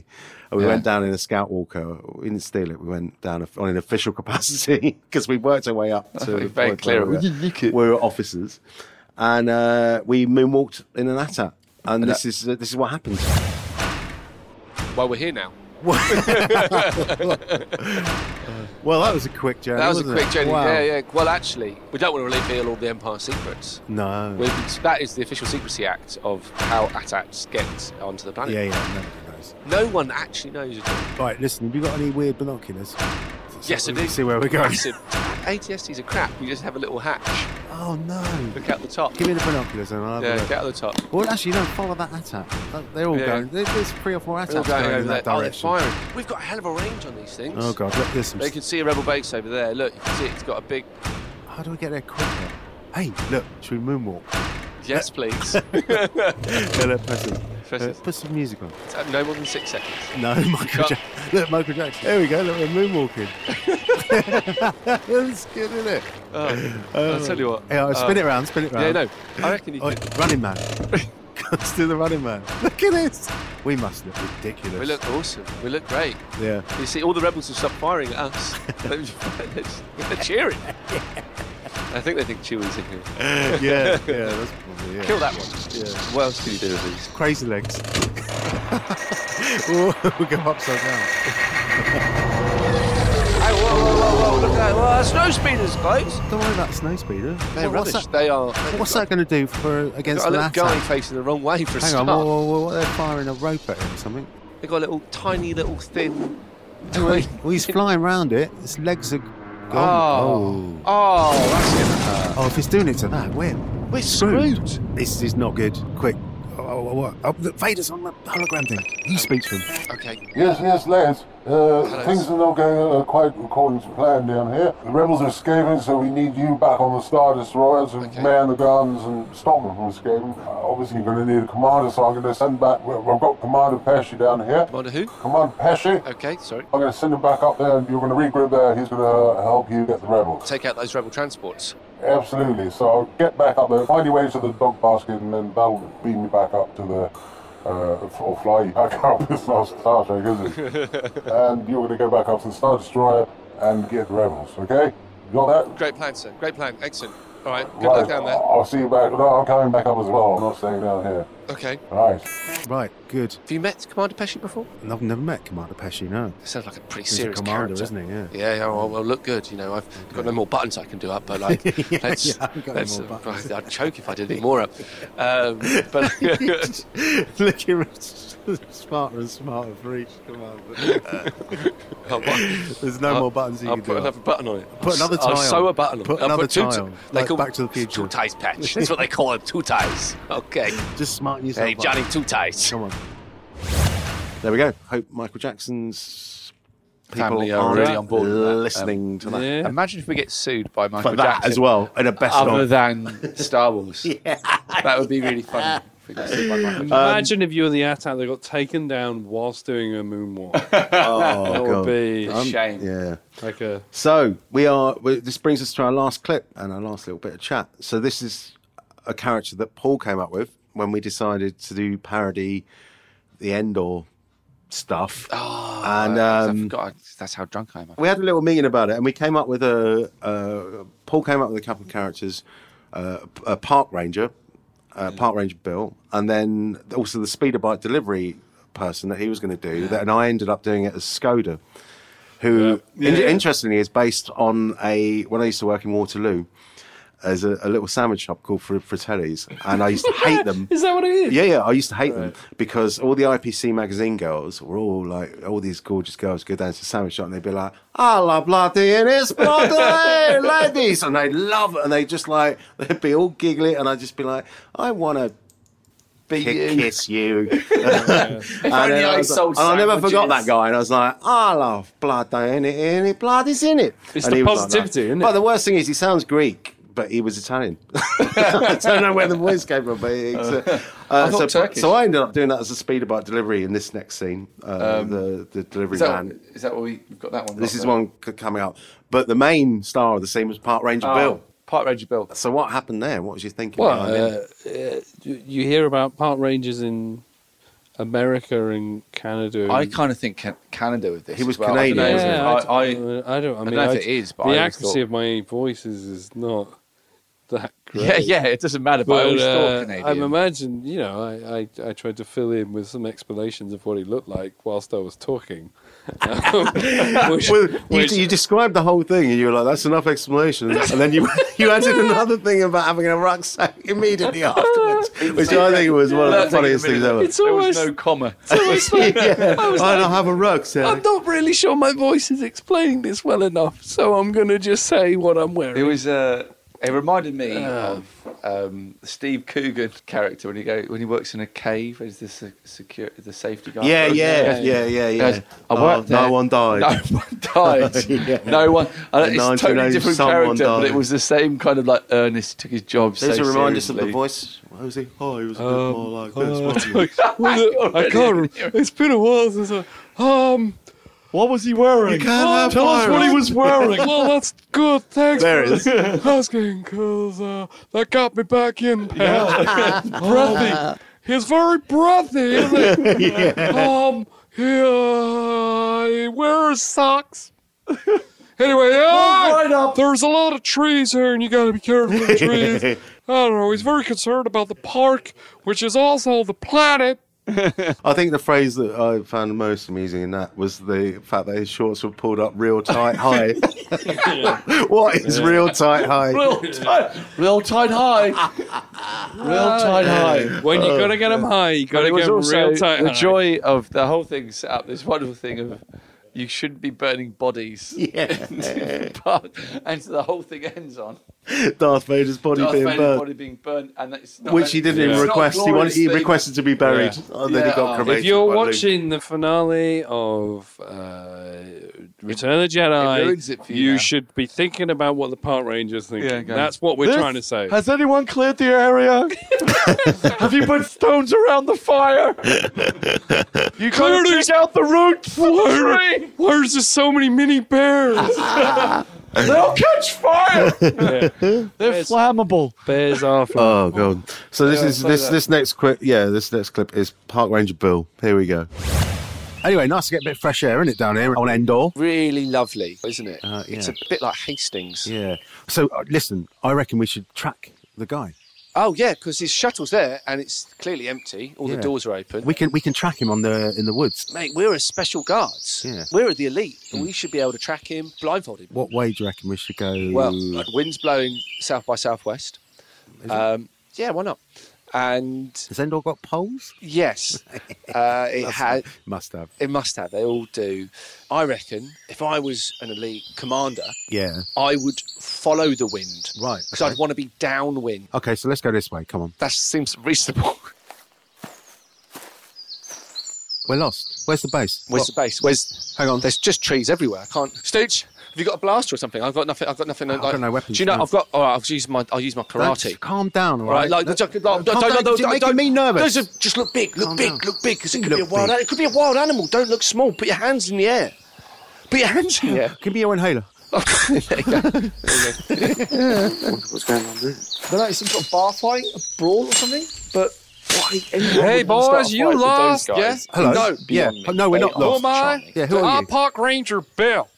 And we
Yeah.
went down in a scout walker. We didn't steal it. We went down on an official capacity because we worked our way up to the
Very
point
clear.
where we were, we were officers, and uh, we moonwalked in an atta. And
And
this is uh, this is what happens.
Well, we're here now.
Well, that was a quick journey.
that was a
wasn't
quick
it?
journey.
Wow.
Yeah, yeah. Well, actually, we don't want to reveal all the Empire secrets.
No.
We- that is the official secrecy act of how ATATs get onto the planet.
Yeah, yeah. No, nice.
No one actually knows at all.
Right, listen. Have you got any weird binoculars?
Yes, I
we can
do.
see where we're going.
Massive. ATSTs are crap. You just have a little hatch.
Oh no!
Look out the top.
Give me the binoculars and I'll have
Yeah,
a look.
get out the top.
Well, actually, no, follow that attack. They're all
Yeah.
going. there- There's three or four
They're
attacks
all going over
in
there.
that
Oh, they're
direction.
firing. We've got a hell of a range on these things.
Oh, God, look, there's some
They
s-
can see a rebel base over there. Look, you can see it's got a big.
How do we get there quicker? Hey, look, should we moonwalk?
Yes, please. Uh,
yeah, look, press it.
Press
Uh,
it.
put some music on.
It's, uh, no more than six seconds.
No, Michael
Cut.
Jackson. Look, Michael Jackson. There we go. Look, we're moonwalking. That's good, isn't it?
Oh, I'll tell you what.
Yeah, spin
uh,
it around, spin it round.
Yeah, no. I reckon you
Oh,
could.
Running man. Let's do the running man. Look at this. We must look ridiculous.
We look awesome. We look great.
Yeah.
You see, all the rebels have stopped firing at us. They're just- they're cheering. I think they think Chewie's in here.
yeah, yeah, that's probably it.
Kill that one.
Yeah.
What else can you do with these?
Crazy legs. we'll, we'll go upside down.
Hey, whoa, whoa, whoa, whoa, look at that. Well, snow speeders, folks.
Don't worry about snow speeder.
They're
What- what's
rubbish.
that-
They are.
What's that going to do for
They've
against
got a
an
little guy
attack?
facing the wrong way for a
Hang on,
start.
whoa, whoa, whoa, Oh, they're firing a rope at him or something.
They've got a little tiny, little thin.
Well, he's flying round it. His legs are
Oh.
gone.
Oh, that's going to hurt.
Oh, if he's doing it to that, we're
We're screwed.
This is not good. Quick. Oh, oh, oh, what? Oh, look, Vader's on the hologram thing. You speak to him.
Okay.
Yes, yes, lads. Uh, things are not going uh, quite according to plan down here. The rebels are escaping, so we need you back on the Star Destroyer to man the guns and stop them from escaping. Uh, obviously, you're going to need a commander, so I'm going to send back. well, I've got Commander Pesci down here.
Commander who?
Commander Pesci.
Okay, sorry.
I'm going to send him back up there, and you're going to regroup there. He's going to help you get the rebels.
Take out those rebel transports.
Absolutely. So get back up there, find your way to the dog basket, and then that'll beam you back up to the. Uh, or fly you back up. It's not Star Trek, is it? and you're going to go back up to the Star Destroyer and get the rebels, okay? You got that?
Great plan, sir. Great plan. Excellent. All right. Good
Right,
luck down there.
I'll see you back. No, I'm coming back up as well. I'm not staying down here.
Okay.
Right.
Right, good.
Have you met Commander Pesci before?
And I've never met Commander Pesci, no.
Sounds like a pretty
He's a
serious
commander,
character,
isn't he? Yeah.
Yeah, yeah well, well, look good. You know, I've got no more buttons I can do up, but like,
Yeah,
let's,
yeah, I haven't got any
let's,
more
uh,
buttons.
I'd choke if I did any more up. Um, but
Looking smarter and smarter for each commander.
I'll bu-
There's no
I'll-
more buttons you
I'll
can
put
do.
another button on it.
Put another
I'll
tie
sew
on.
a button on
Put
it. I'll
another
two,
tie
t-
on,
They
like
call
Back to the Future.
Two ties patch. That's what they call them. Two ties. Okay.
Just smarten yourself
Hey,
up.
Johnny, two ties.
Come on. There we go. Hope Michael Jackson's people
Family are
aren't
really on board with that.
um,
listening to that.
Imagine if we get sued by Michael
For that
Jackson
as well, and a best
other
of.
than Star Wars. That would be really funny.
think that's the one. Um,
Imagine if you were the attack that got taken down whilst doing a moonwalk.
Oh,
that
God.
would be
Um, Yeah.
Like a
So we are. we- This brings us to our last clip and our last little bit of chat. So this is a character that Paul came up with when we decided to do parody the Endor stuff. Oh, and um,
that's how drunk I am.
we had a little meeting about it, and we came up with a. Uh, Paul came up with a couple of characters, uh, a park ranger, uh, park ranger Bill, and then also the speeder bike delivery person that he was going to do. That, and I ended up doing it as Skoda, who in-
Yeah.
interestingly is based on a when I used to work in Waterloo. There's a, a little sandwich shop called Fr- Fratelli's, and I used to hate them.
Is that what it is?
Yeah, yeah. I used to hate them because all the IPC magazine girls were all like, all these gorgeous girls go down to the sandwich shop and they'd be like, "Ah, la bloody in his bloody ladies," and they'd love it, and they just like they'd be all giggly, and I'd just be like, "I want to."
you.
Kiss you.
If only
then
I
was like-
sold
and I never forgot that
sandwiches.
guy. And I was like, I love blood in it, in it, blood is in it.
It's
And
the
he was like that.
positivity, isn't it?
But the worst thing is, he sounds Greek, but he was Italian. I don't know where the voice came from, but it's, uh,
I
uh,
thought
so,
Turkish.
so I ended up doing that as a speed about delivery in this next scene, uh,
Um,
the, the delivery
Is that,
van.
is that what we, we've got that one?
This
not
is
there?
one c- coming up, but the main star of the scene was Park Ranger
Oh,
Bill.
Park Ranger Bill.
So what happened there? What was you thinking?
Well,
behind it?
uh, uh, you you hear about park rangers in America and Canada.
I
and-
kind of think Can- Canada with this.
He
as
was
well. I
Canadian,
don't know,
wasn't
I,
he? I, don't. I
I
mean,
don't know
I-
if it is, but I
the
always
accuracy
thought-
of my voices is not that great. uh,
Yeah, yeah, it doesn't matter, but I always thought
uh,
Canadian.
I'm imagine, you know, I, I, I tried to fill in with some explanations of what he looked like whilst I was talking. Um, which-
Well, you,
which-
you described the whole thing, and you were like, "That's enough explanation." And then you you added another thing about having a rucksack immediately afterwards, which I think was one of the funniest things ever.
It's almost,
no comma.
yeah,
I
I,
was
don't have a
I'm
rucksack.
not really sure my voice is explaining this well enough, so I'm going to just say what I'm wearing.
It was. Uh, it reminded me of um, Steve Coogan character when he go when he works in a cave as the se- secure the safety guard.
Yeah, yeah, yeah, yeah,
He
yeah.
goes, I
Oh,
worked
no
there.
one died.
No one died.
Yeah.
No one. And
In
it's totally
1980s,
different
someone
character, but
died.
it was the same kind of like earnest. Took his job.
Those
so
are reminders of the
seriously.
voice. What was he? Oh, he was a bit
Um,
more like this. wasn't he?
uh, was it- I can't. rem- It's been a while since I. Um, what was he wearing?
can't
Oh,
have
tell us what
virus.
he was wearing. well, that's good. Thanks
There
for
it is.
asking, because uh, that got me back in, pal. breathy. He's very breathy, isn't he? Um, he, uh, he wears socks. Anyway,
Oh,
ah, there's a lot of trees here, and you got to be careful of the trees. I don't know. He's very concerned about the park, which is also the planet.
I think the phrase that I found most amusing in that was the fact that his shorts were pulled up real tight high. what is real tight high?
Real tight, real tight high, real tight high.
When you gotta get them high, you
Oh. But
gotta
it
get
was
them
also
real tight.
the
high.
joy of the whole thing set up. This wonderful thing of you shouldn't be burning bodies.
Yeah.
But- and so the whole thing ends on
Darth Vader's body
Darth
being
Vader's
burned.
body being burnt, and it's not
Which he didn't even
it's not
request. He,
glorious
wanted, he
thing.
requested to be buried, and then he
Yeah.
got cremated.
If you're
by Luke.
watching the finale of uh, Return of the
It ruins it
Jedi,
for
you,
you now.
should be thinking about what the park rangers think.
Yeah, go on.
That's what we're
This
trying to say.
Has anyone cleared the area? Have you put stones around the fire? You
Clear
can't
these-
dig out the roots from the
Why
tree.
why is there so many mini bears?
They'll catch fire. They're
Yes.
flammable.
bears are
Oh god! So this
Yeah,
is
play
this
that.
this next clip. Yeah, this next clip is Park Ranger Bill. Here we go.
Anyway, nice to get a bit of fresh air in it down here on Endor.
Really lovely, isn't it?
Uh,
It's a
yeah.
bit like Hastings.
Yeah. So uh, listen, I reckon we should track the guy.
Oh yeah, because his shuttle's there and it's clearly empty. All
Yeah.
the doors are open.
We can we can track him on the in the woods.
Mate, we're as special guards.
Yeah.
We're the elite. We should be able to track him, blindfold him.
What way do you reckon we should go?
Well, like wind's blowing south by southwest. Um, yeah, why not? And
has Endor got poles?
yes, uh, it had.
Must have.
It must have. They all do. I reckon if I was an elite commander,
Yeah.
I would follow the wind.
Right,
Because
okay.
I'd want to be downwind.
Okay, so let's go this way. Come on.
That seems reasonable.
We're lost. Where's the base?
Where's
What?
the base? Where's.
Hang on.
There's just trees everywhere. I can't. Stooch,
Have you got a blaster or something? I've got nothing. I've got nothing. I've
got no weapons,
Do you know?
no.
I've got. All right, I'll use my. I'll use my karate.
Don't- calm down, all
Right,
right?
like,
No-
don't, don't, don't,
calm down,
don't, don't,
you're making
don't-
me nervous.
Just, just look big, look big, look big, because it could be a
look
wild.
big.
an- It could be a wild animal. Don't look small. Put your hands in the air. Put your hands in the air.
Give me your inhaler.
What's going on there?
They're like some sort of bar fight, a brawl or something. But why? anyone
Hey,
would wanna start a
boys, you
fight with
Ah,
those
lost,
guys?
yeah? Hello?
No,
Yeah.
beyond me.
No, we're
They
not
are
lost.
Who am I?
charming.
Yeah, who are
I'm
you?
Park Ranger Bill.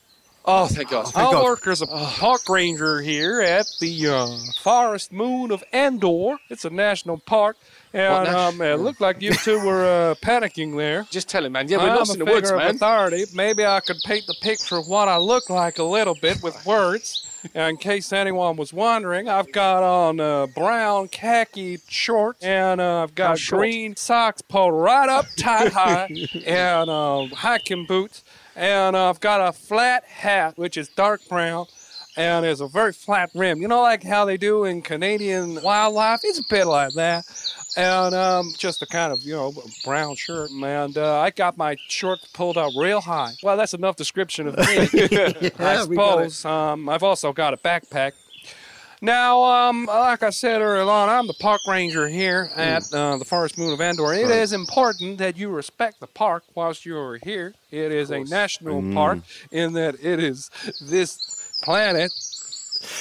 Oh, thank God.
I work as a park ranger here at the uh, Forest Moon of Andor. It's a national park. And
nat-
um, it looked like you two were uh, panicking there.
Just tell him, man. Yeah, we're
I'm
lost in
a
the woods,
figure of
man.
authority. Maybe I could paint the picture of what I look like a little bit with words. And in case anyone was wondering, I've got on uh, brown khaki shorts and uh, I've
How
got
short?
green socks pulled right up tight high and uh, hiking boots. And I've got a flat hat, which is dark brown. And it's a very flat rim. You know, like how they do in Canadian wildlife? It's a bit like that. And um, just a kind of, you know, brown shirt. And uh, I got my shorts pulled up real high. Well, that's enough description of me. I
we got it.
suppose. Um, I've also got a backpack. Now, um, like I said earlier on, I'm the park ranger here
Hmm.
at uh, the Forest Moon of Andor. It is
Right.
important that you respect the park whilst you are here. It is a national
Mm.
park in that it is this planet.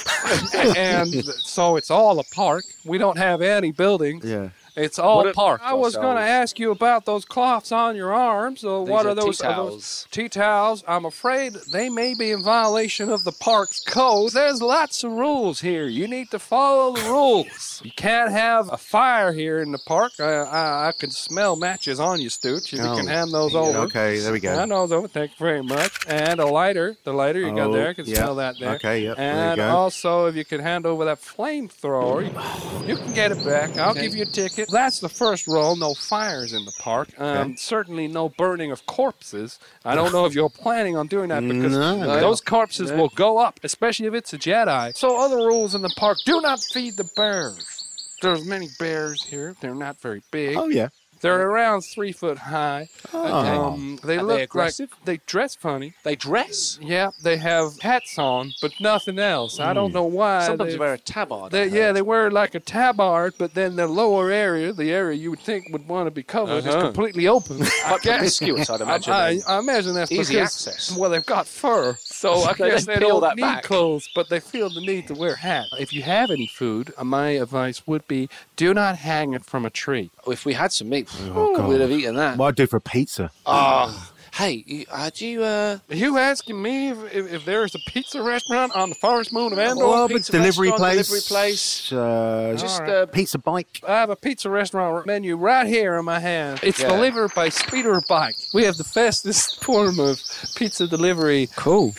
and so it's all a park. We don't have any buildings.
Yeah.
It's all
What a-
park. I was going to
Ourselves.
ask you about those cloths on your arms. Uh,
These
what
are
are, those?
tea
are those
towels.
tea towels? I'm afraid they may be in violation of the park's code. There's lots of rules here. You need to follow the rules. You can't have a fire here in the park. I, I, I can smell matches on you, Stooch. If
Oh,
you can hand those
yeah,
over.
okay, there we go.
Hand those over. Thank you very much. And a lighter. The lighter you got
Oh,
there. I can
yeah.
smell that there.
Okay, yep, there you
And
go.
also, if you could hand over that flamethrower, you- you can get it back. I'll
Okay.
give you a ticket. That's the first rule. No fires in the park. Um,
Okay.
Certainly no burning of corpses. I don't know if you're planning on doing that because
No.
those corpses
No.
will go up, especially if it's a Jedi. So other rules in the park: do not feed the bears. There's many bears here. They're not very big.
Oh, yeah.
They're around three foot high.
Oh.
Um, they
Are they
look
aggressive?
like they dress funny. They dress? Yeah, they have hats on, but nothing else. I don't
Mm.
know why.
Sometimes
they
they wear a tabard,
They,
I
yeah, they wear like a tabard, but then the lower area, the area you would think would want to be covered, is
Uh-huh.
completely open. I
Quite
guess-
promiscuous, I'd imagine,
I,
then.
I imagine that's
Easy
because,
access.
Well, they've got fur, so I
They
guess
don't
they
peel
don't
that
need
back.
clothes, but they feel the need to wear hats. If you have any food, uh, my advice would be do not hang it from a tree. If we had some meat,
we'd
have eaten that.
What I do for a pizza?
Ah, hey, you- uh, do you? Uh... Are you asking me if, if, if there is a pizza restaurant on the Forest Moon of Andor?
Well, but
Pizza
delivery
restaurant,
place,
Delivery place.
Uh,
Just,
uh,
uh,
pizza bike.
I have a pizza restaurant menu right here in my hand. It's
Yeah.
delivered by speeder bike. We have the fastest form of pizza delivery. Cool.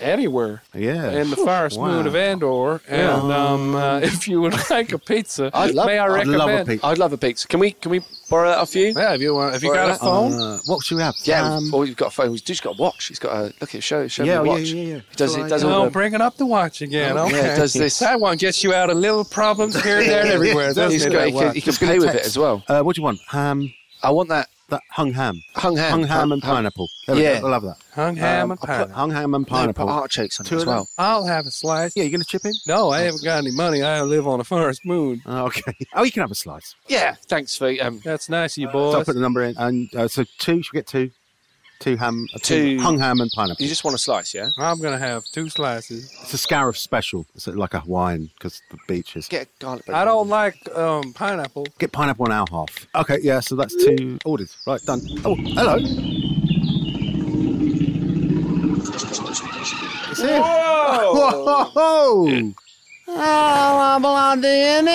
Anywhere.
Yeah.
In the Forest
Wow.
Moon of Andor,
Yeah.
and um, uh, if you would like a pizza,
I'd love,
may I
I'd
recommend?
love a pizza. I'd love a pizza. Can we? Can we borrow that off you?
Yeah, if you want. Have you got a phone?
uh,
what should we have?
Yeah, we've, oh, you've got a phone. He's just got a watch. He's got a look. At, show, show
um, Yeah,
me
oh,
the
yeah,
watch.
yeah, yeah.
He does. He does
oh,
all the.
bringing up the watch again.
Oh,
Okay.
yeah, it does this.
That one gets you out of little problems here, there, and everywhere. doesn't
He's
it?
got-
that
he can-
one?
he can pay with it as well. Uh, what do you want? Ham.
I want that.
That hung ham.
Hung ham.
Hung ham and
Hung-
pineapple. There we
Yeah.
go. I love that. Um,
Hung ham and
I'll put
pineapple.
Hung ham and pineapple.
artichokes on
Two of them.
I'll have a slice.
Yeah, you gonna chip in?
No, I haven't got any money. I live on a forest moon.
okay. Oh, you can have a slice.
Yeah, thanks for. Um,
That's nice of you,
So I
boys.
put the number in, and uh, so two. Should we get two? Two ham, uh, two,
Two-
hung ham and pineapple.
You just want a slice, yeah?
I'm gonna have two slices.
It's a Scarif special. It's like a Hawaiian because the beaches.
Get garlic
I don't like um, pineapple.
Get pineapple on our half. Okay, yeah. So that's two ordered. Right, done. Oh, hello. Whoa! Whoa! Ah,
Oh, I'm on the in it,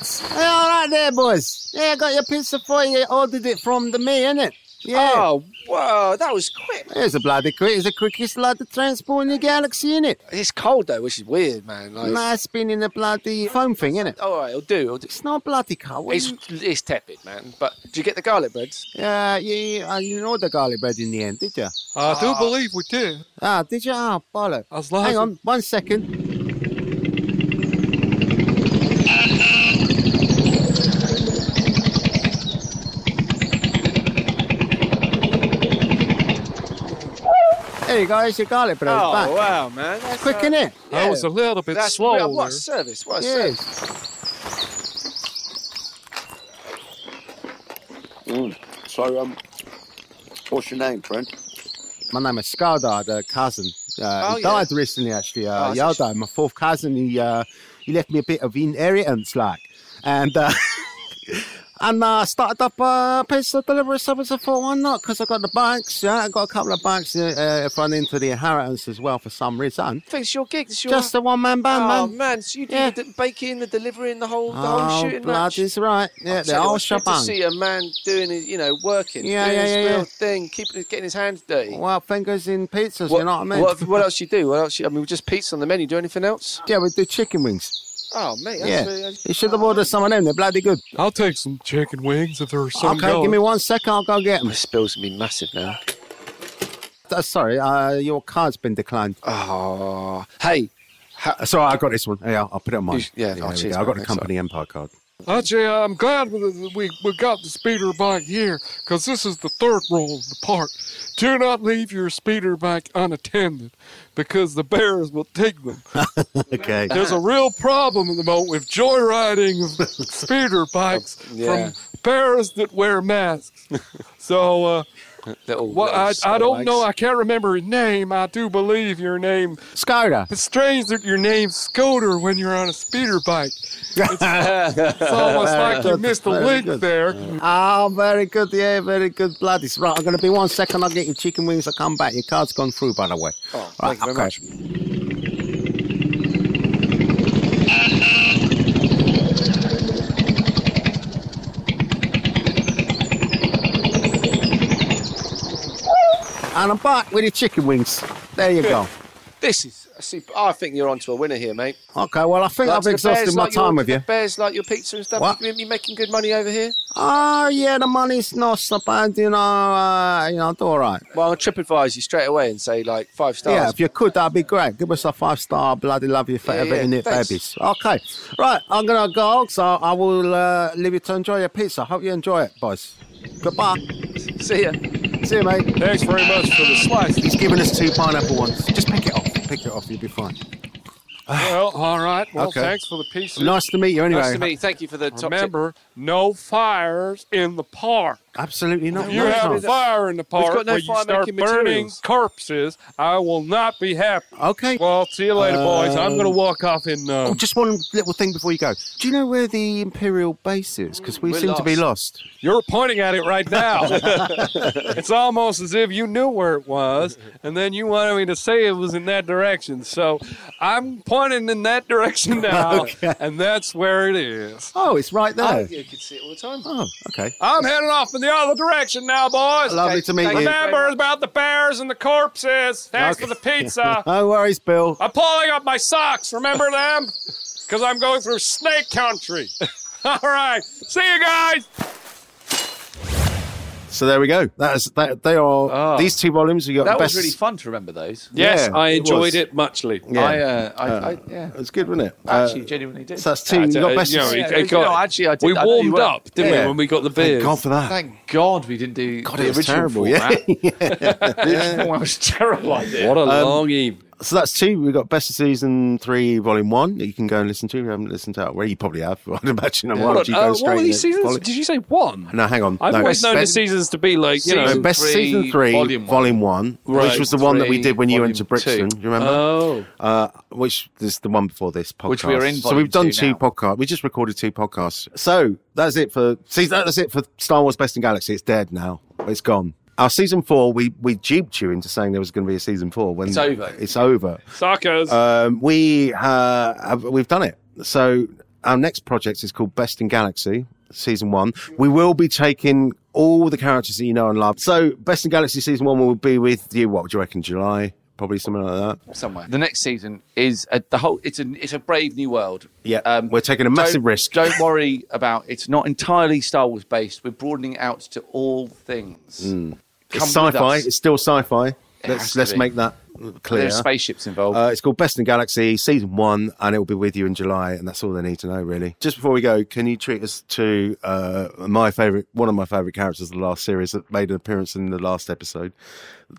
innit? All right there, boys. Yeah, I got your pizza for you. You Ordered it from the me, innit? Yeah.
Oh, whoa, that was quick.
It's a bloody quick. It's the quickest lot of transport in the galaxy, innit?
It's cold though, which is weird, man. Like,
Nah, it's been in the bloody foam thing, innit?
All right, it'll do. It'll do.
It's not bloody cold.
It's, it's tepid, man. But do you get the garlic breads?
Yeah, yeah, uh, you know the garlic bread in the end, did you?
I do believe we did.
Ah, did you? Ah, bollocks.
long
Hang
as-
on, one second. There you go, here's your garlic bread.
Oh,
back.
wow, man. uh,
That's Quick, innit?
I was a little bit
That's
slow.
real- What
there.
a service? What a
Yes.
service?
Mm. So, um, what's your name, friend?
My name is Skoda, the cousin. Uh,
Oh,
he
yeah.
died recently, actually. Uh,
Oh,
yeah, I died. My fourth cousin, he, uh, he left me a bit of inheritance, like. And uh, and uh, started up a piece of delivery service. I thought, why not? Because I got the bikes, yeah. I got a couple of bikes uh, uh, if I'm into the inheritance as well for some reason.
It's your gig. It's your...
Just a one man band,
oh,
man.
so you do the baking, the delivering, the whole, the whole
Oh,
shooting
blood
match.
is right. Yeah,
I'll
the
tell you
whole
what, it's good
shebang.
To see a man doing his, you know, working,
Yeah,
doing
yeah,
his
yeah,
real
yeah.
thing, keeping, getting his hands dirty.
Well, fingers in pizzas, you know what I mean?
What, what else you do? What else? You, I mean, just pizza on the menu. Do anything else?
yeah, we do chicken wings.
Oh, mate. That's
Yeah,
really- that's-
you should have ordered some of them. They're bloody good.
I'll take some chicken wings if there are some.
Okay, give me
going.
one second. I'll go get them.
My spill's gonna be massive now.
sorry, uh, your card's been declined.
Oh, hey.
sorry, I got this one. Yeah, I'll put it on mine.
You sh- yeah, oh,
there we
cheers,
go. I got
mate,
the
thanks,
company Empire card.
Actually, I'm glad that we, we got the speeder bike here because this is the third rule of the park. Do not leave your speeder bike unattended because the bears will take them.
okay.
There's a real problem at the moment with joyriding of speeder bikes
Yeah.
from bears that wear masks. So, uh,
Little,
well, I,
little
I don't know.
spikes.
I can't remember your name. I do believe your name.
Skoda.
It's strange that your name's Skoder when you're on a speeder bike. It's, it's almost like you missed a
Very
link
good.
there.
Oh, very good. Yeah, very good. Bloody. Right, I'm going to be one second. I'll get your chicken wings. I'll come back. Your card's gone through, by the way.
Oh,
Right,
thank you very
okay.
much.
And I'm back with your chicken wings. There you go.
This is. See, I think you're onto a winner here, mate.
Okay, well, I think
Like,
I've
the
exhausted
bears
my
like your-
time with you.
the Bears like your pizza and stuff.
What?
You you making good money over here?
Oh, yeah, the money's not so bad, you know. Uh, you know, it's all right.
Well, I'll trip advise you straight away and say like five stars.
Yeah, if you could, that'd be great. Give us a five star. Bloody love you forever,
yeah,
innit,
thanks.
babies? Okay, right. I'm gonna go. So I will uh, leave you to enjoy your pizza. Hope you enjoy it, boys. Goodbye.
See ya.
See you, mate.
Thanks very much for the slice.
He's giving us two pineapple ones. Just pick it off. Pick it off. You'll be fine.
Well, all right. Well,
Okay.
thanks for the pieces.
Nice to meet you anyway.
Nice to meet
you. Thank you for the top
Remember, no fires in the park.
Absolutely not.
If you
no,
have a
it's not.
fire in the
We've
park
got no
where you start burning
fire-making materials.
corpses, I will not be happy.
Okay.
Well, see you later, boys. I'm
Um,
going to walk off in. Um,
Oh, just one little thing before you go. Do you know where the Imperial base is? Because we
We're
seem to be lost.
You're pointing at it right now. it's almost as if you knew where it was, and then you wanted me to say it was in that direction. So I'm pointing in that direction now, and that's where it is.
Oh, it's right
I,
there.
you could see it all the time.
Oh, okay.
I'm heading off in the other direction now, boys.
Lovely to meet you.
Remember about the bears and the corpses. Thanks for the pizza.
no worries, Bill.
I'm pulling up my socks. Remember them? Because I'm going through snake country. All right. See you guys.
So there we go. That is that. They are these two volumes. We got
That
the
was
best.
really fun to remember those.
Yes, Yeah, I it enjoyed was. it
muchly.
Yeah.
I, uh, I,
Uh,
I, yeah.
It was good, wasn't it?
Actually,
Uh,
genuinely did.
so that's two. you
uh,
got best.
actually, I did.
we
I know you
warmed
were.
up, didn't we, Yeah. when we got the Thank beers? God for that.
Thank God we didn't do
God,
the
it was
original
terrible, yeah.
format. the original one was terrible idea.
Um, So that's two. We've got Best of Season 3, Volume 1 that you can go and listen to. If you haven't listened to it, well, you probably have. but I'd imagine. Why would you
Uh,
go straight in and follow-
you say one?
No, hang on.
I've
no,
always known
Best-
the seasons to be like you know
No, best season three, volume one, which
Right.
was the one that we
Three,
did when you went to
volume two.
Brixton. Do you remember?
Oh.
uh, which is the one before this podcast.
Which we are in
So we've done
volume
two,
two
podcasts. We just recorded two podcasts. So that's it for season. That's it for Star Wars Best in Galaxy. It's dead now. It's gone. Our season four, we we duped you into saying there was going to be a season four. When
It's over.
It's over.
Suckers.
Um, we uh, have, we've done it. So our next project is called Best in Galaxy Season One. We will be taking all the characters that you know and love. So Best in Galaxy Season One will be with you. What would you reckon? July, probably something like that.
Somewhere. The next season is a, the whole. It's a it's a brave new world. Um,
Yeah, we're taking a massive
don't,
risk.
Don't worry about it's not entirely Star Wars based. We're broadening it out to all things.
Mm. It's
Come with
sci-fi.
us.
It's still sci-fi.
has
let's
to
let's
be.
make that clear.
There's spaceships involved.
Uh, it's called Best in Galaxy, season one, and it will be with you in July, and that's all they need to know, really. Just before we go, can you treat us to uh, my favorite, one of my favorite characters of the last series that made an appearance in the last episode,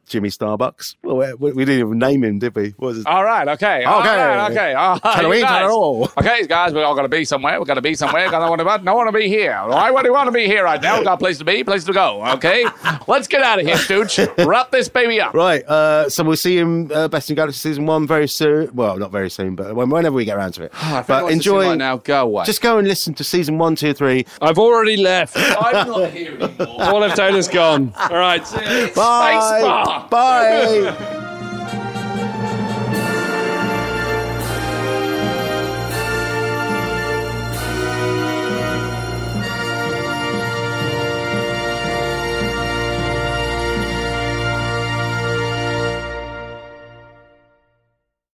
Jimmy Starbucks? Well, we, we didn't even name him, did we? What was his
All right, okay, all
Okay.
right, okay. All right,
Halloween,
you guys.
hello.
Okay, guys, we're all going to be somewhere. We're going to be somewhere. We're gonna want to, I want to be here. All right, where do you want to be here right now? We've got a place to be, place to go, okay? Let's get out of here, stooge. Wrap this baby up.
Right, uh, so we'll see him uh, Best in Galaxy season one very soon. Well, not very soon, but when- whenever we get around to it.
wants
but
to see
enjoy
right now. Go away.
Just go and listen to season one, two, three.
I've already left.
I'm not here anymore.
All of Taylor's gone. All right.
Bye.
Spacebar.
Bye.